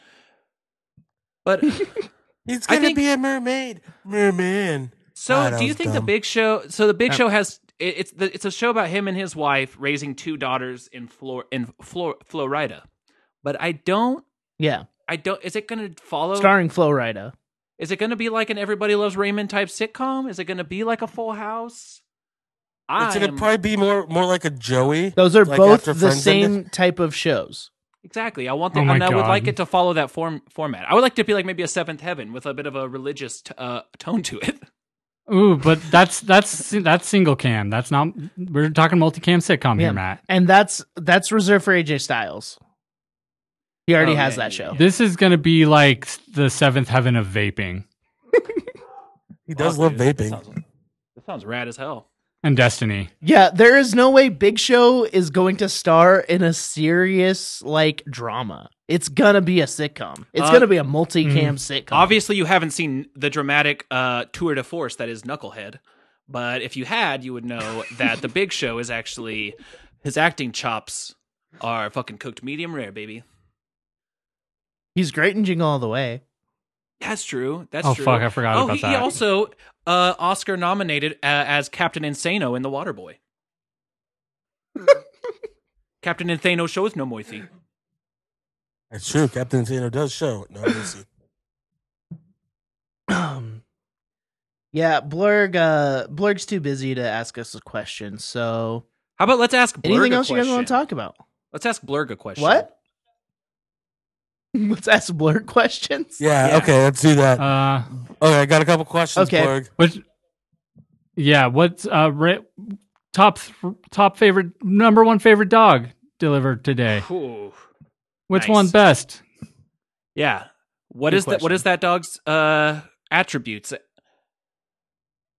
[SPEAKER 5] But
[SPEAKER 4] He's
[SPEAKER 5] I
[SPEAKER 4] gonna
[SPEAKER 5] think-
[SPEAKER 4] be a mermaid, merman.
[SPEAKER 5] So,
[SPEAKER 4] Ah, that
[SPEAKER 5] do you
[SPEAKER 4] was
[SPEAKER 5] think the
[SPEAKER 4] dumb.
[SPEAKER 5] Big Show? So the Big
[SPEAKER 3] That-
[SPEAKER 5] Show has it, it's the, it's a show about him and his wife raising two daughters in Flor in Flor, Florida, but I don't
[SPEAKER 2] Yeah.
[SPEAKER 5] I don't is it going to follow?
[SPEAKER 2] Starring Flo Rida.
[SPEAKER 5] Is it going to be like an Everybody Loves Raymond type sitcom? Is it going to be like a Full House? I
[SPEAKER 4] It's gonna probably be more more like a Joey.
[SPEAKER 2] Those are
[SPEAKER 4] Like
[SPEAKER 2] both
[SPEAKER 4] after
[SPEAKER 2] the
[SPEAKER 4] Friends ended?
[SPEAKER 2] same type of shows.
[SPEAKER 5] exactly. I want the,
[SPEAKER 3] Oh my
[SPEAKER 5] and I would
[SPEAKER 3] God.
[SPEAKER 5] like it to follow that form format. I would like to be like maybe a Seventh Heaven with a bit of a religious t- uh, tone to it.
[SPEAKER 3] Ooh, but that's that's that's single cam. That's not. We're talking multicam sitcom
[SPEAKER 2] Yeah.
[SPEAKER 3] here, Matt.
[SPEAKER 2] And that's that's reserved for AJ Styles. He already
[SPEAKER 5] Oh,
[SPEAKER 2] has
[SPEAKER 5] yeah,
[SPEAKER 2] that
[SPEAKER 5] yeah,
[SPEAKER 2] show.
[SPEAKER 5] yeah.
[SPEAKER 3] This is going to be like the seventh heaven of vaping
[SPEAKER 4] He does
[SPEAKER 5] Oh,
[SPEAKER 4] love
[SPEAKER 5] dude, that
[SPEAKER 4] vaping.
[SPEAKER 5] sounds- that sounds rad as hell.
[SPEAKER 3] and Destiny.
[SPEAKER 2] Yeah, there is no way Big Show is going to star in a serious like drama. It's gonna be a sitcom. It's
[SPEAKER 5] Uh, mm-hmm.
[SPEAKER 2] gonna be a multi-cam sitcom.
[SPEAKER 5] Obviously, you haven't seen the dramatic uh, tour de force that is Knucklehead, but if you had, you would know that the Big Show is actually his acting chops are fucking cooked medium rare, baby.
[SPEAKER 2] He's great in Jingle All the Way.
[SPEAKER 5] That's true. That's
[SPEAKER 3] oh
[SPEAKER 5] true.
[SPEAKER 3] fuck, I forgot
[SPEAKER 5] oh,
[SPEAKER 3] about
[SPEAKER 5] he,
[SPEAKER 3] that.
[SPEAKER 5] he also uh, Oscar nominated uh, as Captain Insano in The Waterboy. Captain Insano shows no moiety.
[SPEAKER 4] It's true. Captain Tino does show. No, mercy.
[SPEAKER 2] Um, yeah, Blurg. Uh, Blurg's too busy to ask us a question. So,
[SPEAKER 5] How about let's ask Blurg
[SPEAKER 2] anything
[SPEAKER 5] a
[SPEAKER 2] else you guys want to
[SPEAKER 5] question?
[SPEAKER 2] talk about?
[SPEAKER 5] Let's ask Blurg a question.
[SPEAKER 2] What? Let's ask Blurg questions.
[SPEAKER 4] yeah,
[SPEAKER 5] Yeah.
[SPEAKER 4] Okay. Let's do that.
[SPEAKER 3] uh,
[SPEAKER 4] okay. I got a couple questions.
[SPEAKER 2] Okay.
[SPEAKER 4] Borg.
[SPEAKER 3] Which, yeah, what's uh ra- top th- top favorite number one favorite dog delivered today?
[SPEAKER 5] Ooh.
[SPEAKER 3] Which
[SPEAKER 5] Nice.
[SPEAKER 3] one best?
[SPEAKER 5] Yeah. What
[SPEAKER 2] Good
[SPEAKER 5] is that? What is that dog's uh, attributes?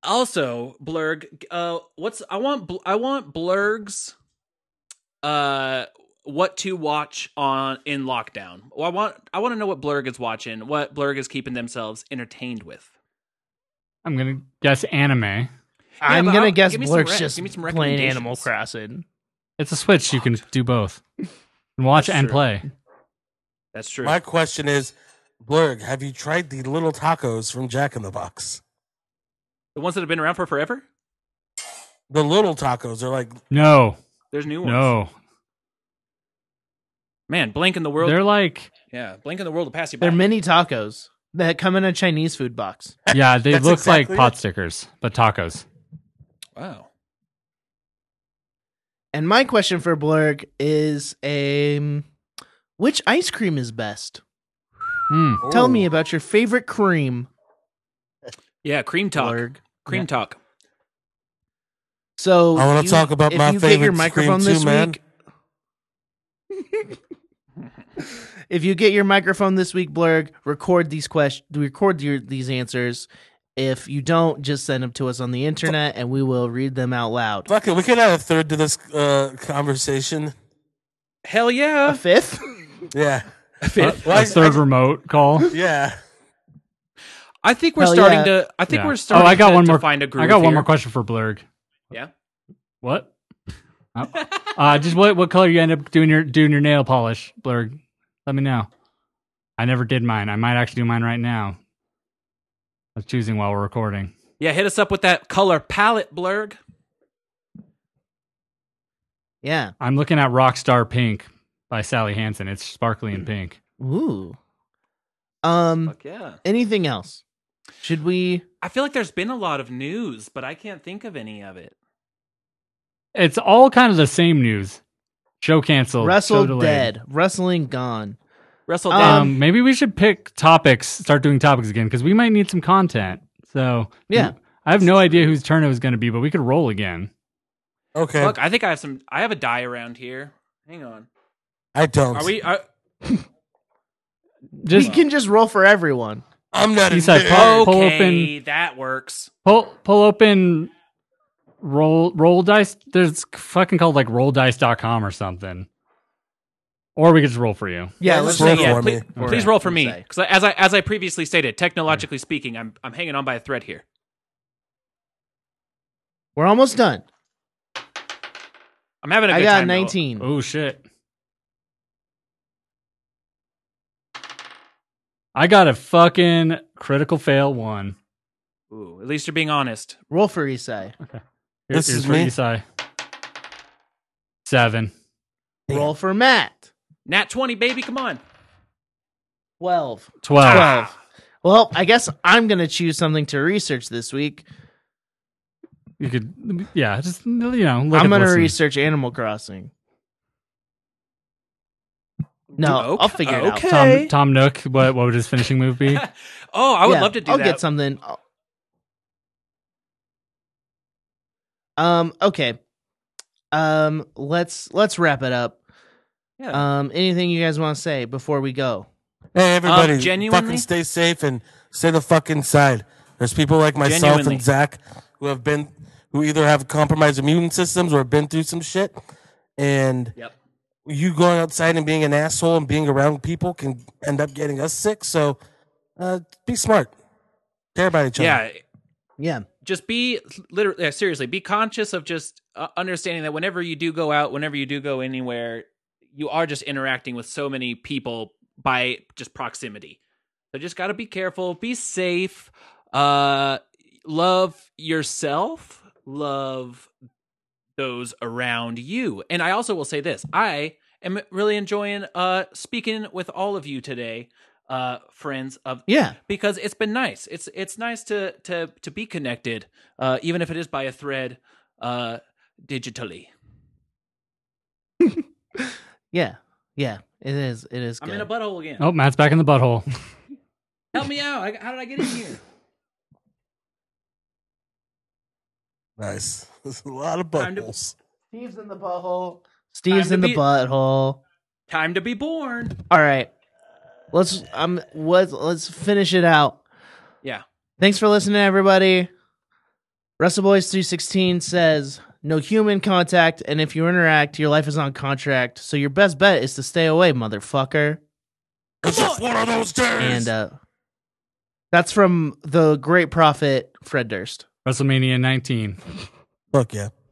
[SPEAKER 5] Also, Blurg. Uh, what's I want? Bl- I want Blurg's. Uh, what to watch on in lockdown? Well, I want. I want to know what Blurg is watching. What Blurg is keeping themselves entertained with.
[SPEAKER 3] I'm gonna guess anime.
[SPEAKER 2] I'm
[SPEAKER 5] but
[SPEAKER 2] gonna
[SPEAKER 5] I'll-
[SPEAKER 2] guess
[SPEAKER 5] give me some
[SPEAKER 2] Blurg's
[SPEAKER 5] rec-
[SPEAKER 2] just
[SPEAKER 5] give me some
[SPEAKER 2] playing
[SPEAKER 5] recommendations.
[SPEAKER 2] Animal Crossing.
[SPEAKER 3] It's a Switch. You can do both. And watch
[SPEAKER 5] That's
[SPEAKER 3] and
[SPEAKER 5] true.
[SPEAKER 3] play.
[SPEAKER 5] That's true.
[SPEAKER 4] My question is, Blurg, have you tried the little tacos from Jack in the Box?
[SPEAKER 5] the ones that have been around for forever.
[SPEAKER 4] The little tacos are like
[SPEAKER 3] No,
[SPEAKER 5] There's new ones.
[SPEAKER 3] no.
[SPEAKER 5] man. Blink in the world.
[SPEAKER 3] They're like,
[SPEAKER 5] yeah, blink in the world will pass you by.
[SPEAKER 2] They're mini tacos that come in a Chinese food box.
[SPEAKER 3] yeah, they
[SPEAKER 4] That's
[SPEAKER 3] look
[SPEAKER 4] exactly
[SPEAKER 3] like pot
[SPEAKER 4] it.
[SPEAKER 3] stickers, but tacos.
[SPEAKER 5] wow.
[SPEAKER 2] And my question for Blurg is um, which ice cream is best?
[SPEAKER 3] Hmm.
[SPEAKER 2] Tell
[SPEAKER 4] Ooh.
[SPEAKER 2] me about your favorite cream,
[SPEAKER 5] Yeah, cream talk.
[SPEAKER 2] Blurg.
[SPEAKER 5] Cream
[SPEAKER 2] Yeah.
[SPEAKER 5] talk.
[SPEAKER 2] So
[SPEAKER 4] I wanna
[SPEAKER 2] you-
[SPEAKER 4] talk about
[SPEAKER 2] if
[SPEAKER 4] my
[SPEAKER 2] you get your
[SPEAKER 4] favorite
[SPEAKER 2] microphone
[SPEAKER 4] cream
[SPEAKER 2] this
[SPEAKER 4] too, man.
[SPEAKER 2] week. if you get your microphone this week, Blurg, record these questions, record your, these answers. If you don't, just send them to us on the internet, and we will read them out loud.
[SPEAKER 4] fuck it. We could add a third to this uh, conversation.
[SPEAKER 5] Hell
[SPEAKER 2] A
[SPEAKER 5] yeah.
[SPEAKER 2] fifth.
[SPEAKER 4] Yeah.
[SPEAKER 3] Uh,
[SPEAKER 4] Why-
[SPEAKER 3] a third remote call.
[SPEAKER 4] Yeah.
[SPEAKER 5] I think we're
[SPEAKER 2] Hell
[SPEAKER 5] starting
[SPEAKER 2] yeah.
[SPEAKER 5] to. I think
[SPEAKER 3] Yeah.
[SPEAKER 5] we're starting.
[SPEAKER 3] Oh, I got
[SPEAKER 5] to,
[SPEAKER 3] one
[SPEAKER 5] to
[SPEAKER 3] more-
[SPEAKER 5] Find a groove
[SPEAKER 3] I got one
[SPEAKER 5] here.
[SPEAKER 3] more question for Blurg.
[SPEAKER 5] Yeah?
[SPEAKER 3] What? Oh. uh, just what what color you end up doing your doing your nail polish, Blurg? Let me know. I never did mine. I might actually do mine right now. I was choosing while we're recording.
[SPEAKER 5] Yeah, hit us up with that color palette, Blurg.
[SPEAKER 2] Yeah.
[SPEAKER 3] I'm looking at Rockstar Pink by Sally Hansen. It's sparkly and pink.
[SPEAKER 2] Ooh. Um.
[SPEAKER 5] Fuck yeah.
[SPEAKER 2] Anything else? Should we?
[SPEAKER 5] I feel like there's been a lot of news, but I can't think of any of it.
[SPEAKER 3] It's all kind of the same news. Show canceled. show
[SPEAKER 2] Wrestle
[SPEAKER 3] delayed.
[SPEAKER 2] dead. Wrestling gone.
[SPEAKER 5] Wrestle
[SPEAKER 2] Um,
[SPEAKER 5] down.
[SPEAKER 3] Um, maybe we should pick topics. Start doing topics again because we might need some content. So
[SPEAKER 2] Yeah.
[SPEAKER 3] I have no idea whose turn it was going to be, but we could roll again.
[SPEAKER 4] Okay.
[SPEAKER 5] Fuck, I think I have some. I have a die around here. Hang on.
[SPEAKER 4] I don't.
[SPEAKER 5] Are we? uh, Are,
[SPEAKER 3] Just
[SPEAKER 2] we can just roll for everyone.
[SPEAKER 4] I'm not a
[SPEAKER 3] He's like,
[SPEAKER 4] nerd.
[SPEAKER 3] "Oh." Pull
[SPEAKER 5] okay, that works.
[SPEAKER 3] pull pull open roll roll dice. There's fucking called like rolldice.com or something. Or we could just roll for you.
[SPEAKER 2] Yeah,
[SPEAKER 4] Yeah,
[SPEAKER 2] let's
[SPEAKER 4] let's roll
[SPEAKER 2] say, yeah,
[SPEAKER 4] for
[SPEAKER 2] please-
[SPEAKER 4] me.
[SPEAKER 3] All
[SPEAKER 5] Please
[SPEAKER 3] right.
[SPEAKER 5] roll for me,
[SPEAKER 2] Let's say.
[SPEAKER 5] because as I as I previously stated, technologically speaking, I'm I'm hanging on by a thread here.
[SPEAKER 2] We're almost done.
[SPEAKER 5] I'm having a
[SPEAKER 2] I
[SPEAKER 5] good
[SPEAKER 2] got
[SPEAKER 5] time, though.
[SPEAKER 2] 19.
[SPEAKER 3] Oh shit. I got a fucking critical fail one.
[SPEAKER 5] Ooh, at least you're being honest.
[SPEAKER 2] Roll for Isai.
[SPEAKER 3] Here-
[SPEAKER 4] This
[SPEAKER 3] here's
[SPEAKER 4] is
[SPEAKER 3] for
[SPEAKER 4] me.
[SPEAKER 3] Isai. Seven.
[SPEAKER 4] Damn.
[SPEAKER 2] Roll for Matt.
[SPEAKER 5] Nat 20, baby, come on.
[SPEAKER 2] 12.
[SPEAKER 3] Twelve.
[SPEAKER 2] 12. Well, I guess I'm going to choose something to research this week.
[SPEAKER 3] You could yeah, just you know, look
[SPEAKER 2] I'm
[SPEAKER 3] at
[SPEAKER 2] going to
[SPEAKER 3] listen.
[SPEAKER 2] research Animal Crossing. No,
[SPEAKER 5] Okay.
[SPEAKER 2] I'll figure it
[SPEAKER 5] Okay.
[SPEAKER 2] out.
[SPEAKER 3] Tom Tom Nook, what what would his finishing move be?
[SPEAKER 5] oh, I would
[SPEAKER 2] Yeah,
[SPEAKER 5] love to do
[SPEAKER 2] I'll
[SPEAKER 5] that.
[SPEAKER 2] get something. I'll- Um okay. Um let's let's wrap it up.
[SPEAKER 5] Yeah.
[SPEAKER 2] Um anything you guys want to say before we go?
[SPEAKER 4] Hey, everybody,
[SPEAKER 5] Um, genuinely?
[SPEAKER 4] fucking stay safe and stay the fuck inside. There's people like myself
[SPEAKER 5] Genuinely.
[SPEAKER 4] and Zach who have been, who either have compromised immune systems or have been through some shit. And
[SPEAKER 5] Yep.
[SPEAKER 4] you going outside and being an asshole and being around people can end up getting us sick. So uh, be smart. Care about each other.
[SPEAKER 5] yeah.
[SPEAKER 2] Yeah.
[SPEAKER 5] just be literally uh, seriously be conscious of just uh, understanding that whenever you do go out whenever you do go anywhere you are just interacting with so many people by just proximity so just got to be careful be safe uh love yourself love those around you and i also will say this i am really enjoying uh speaking with all of you today uh friends of
[SPEAKER 2] Yeah.
[SPEAKER 5] because it's been nice. It's it's nice to to to be connected, uh, even if it is by a thread, uh, digitally.
[SPEAKER 2] Yeah. Yeah. It is. It is
[SPEAKER 5] I'm
[SPEAKER 2] good.
[SPEAKER 5] in a butthole again.
[SPEAKER 3] Oh, Matt's back in the butthole.
[SPEAKER 5] Help me out! I, how did I get in here?
[SPEAKER 4] Nice. There's a lot of
[SPEAKER 5] Time to-
[SPEAKER 4] buttholes.
[SPEAKER 2] Steve's in the butthole. Steve's
[SPEAKER 5] to
[SPEAKER 2] in the
[SPEAKER 5] be-
[SPEAKER 2] butthole.
[SPEAKER 5] Time to be born.
[SPEAKER 2] All right. Let's um let's let's finish it out.
[SPEAKER 5] Yeah.
[SPEAKER 2] Thanks for listening, everybody. WrestleBoys316 says no human contact, and if you interact, your life is on contract. So your best bet is to stay away, motherfucker.
[SPEAKER 4] It's just one of those days.
[SPEAKER 2] And uh that's from the great prophet Fred Durst.
[SPEAKER 3] WrestleMania 19.
[SPEAKER 4] Fuck yeah.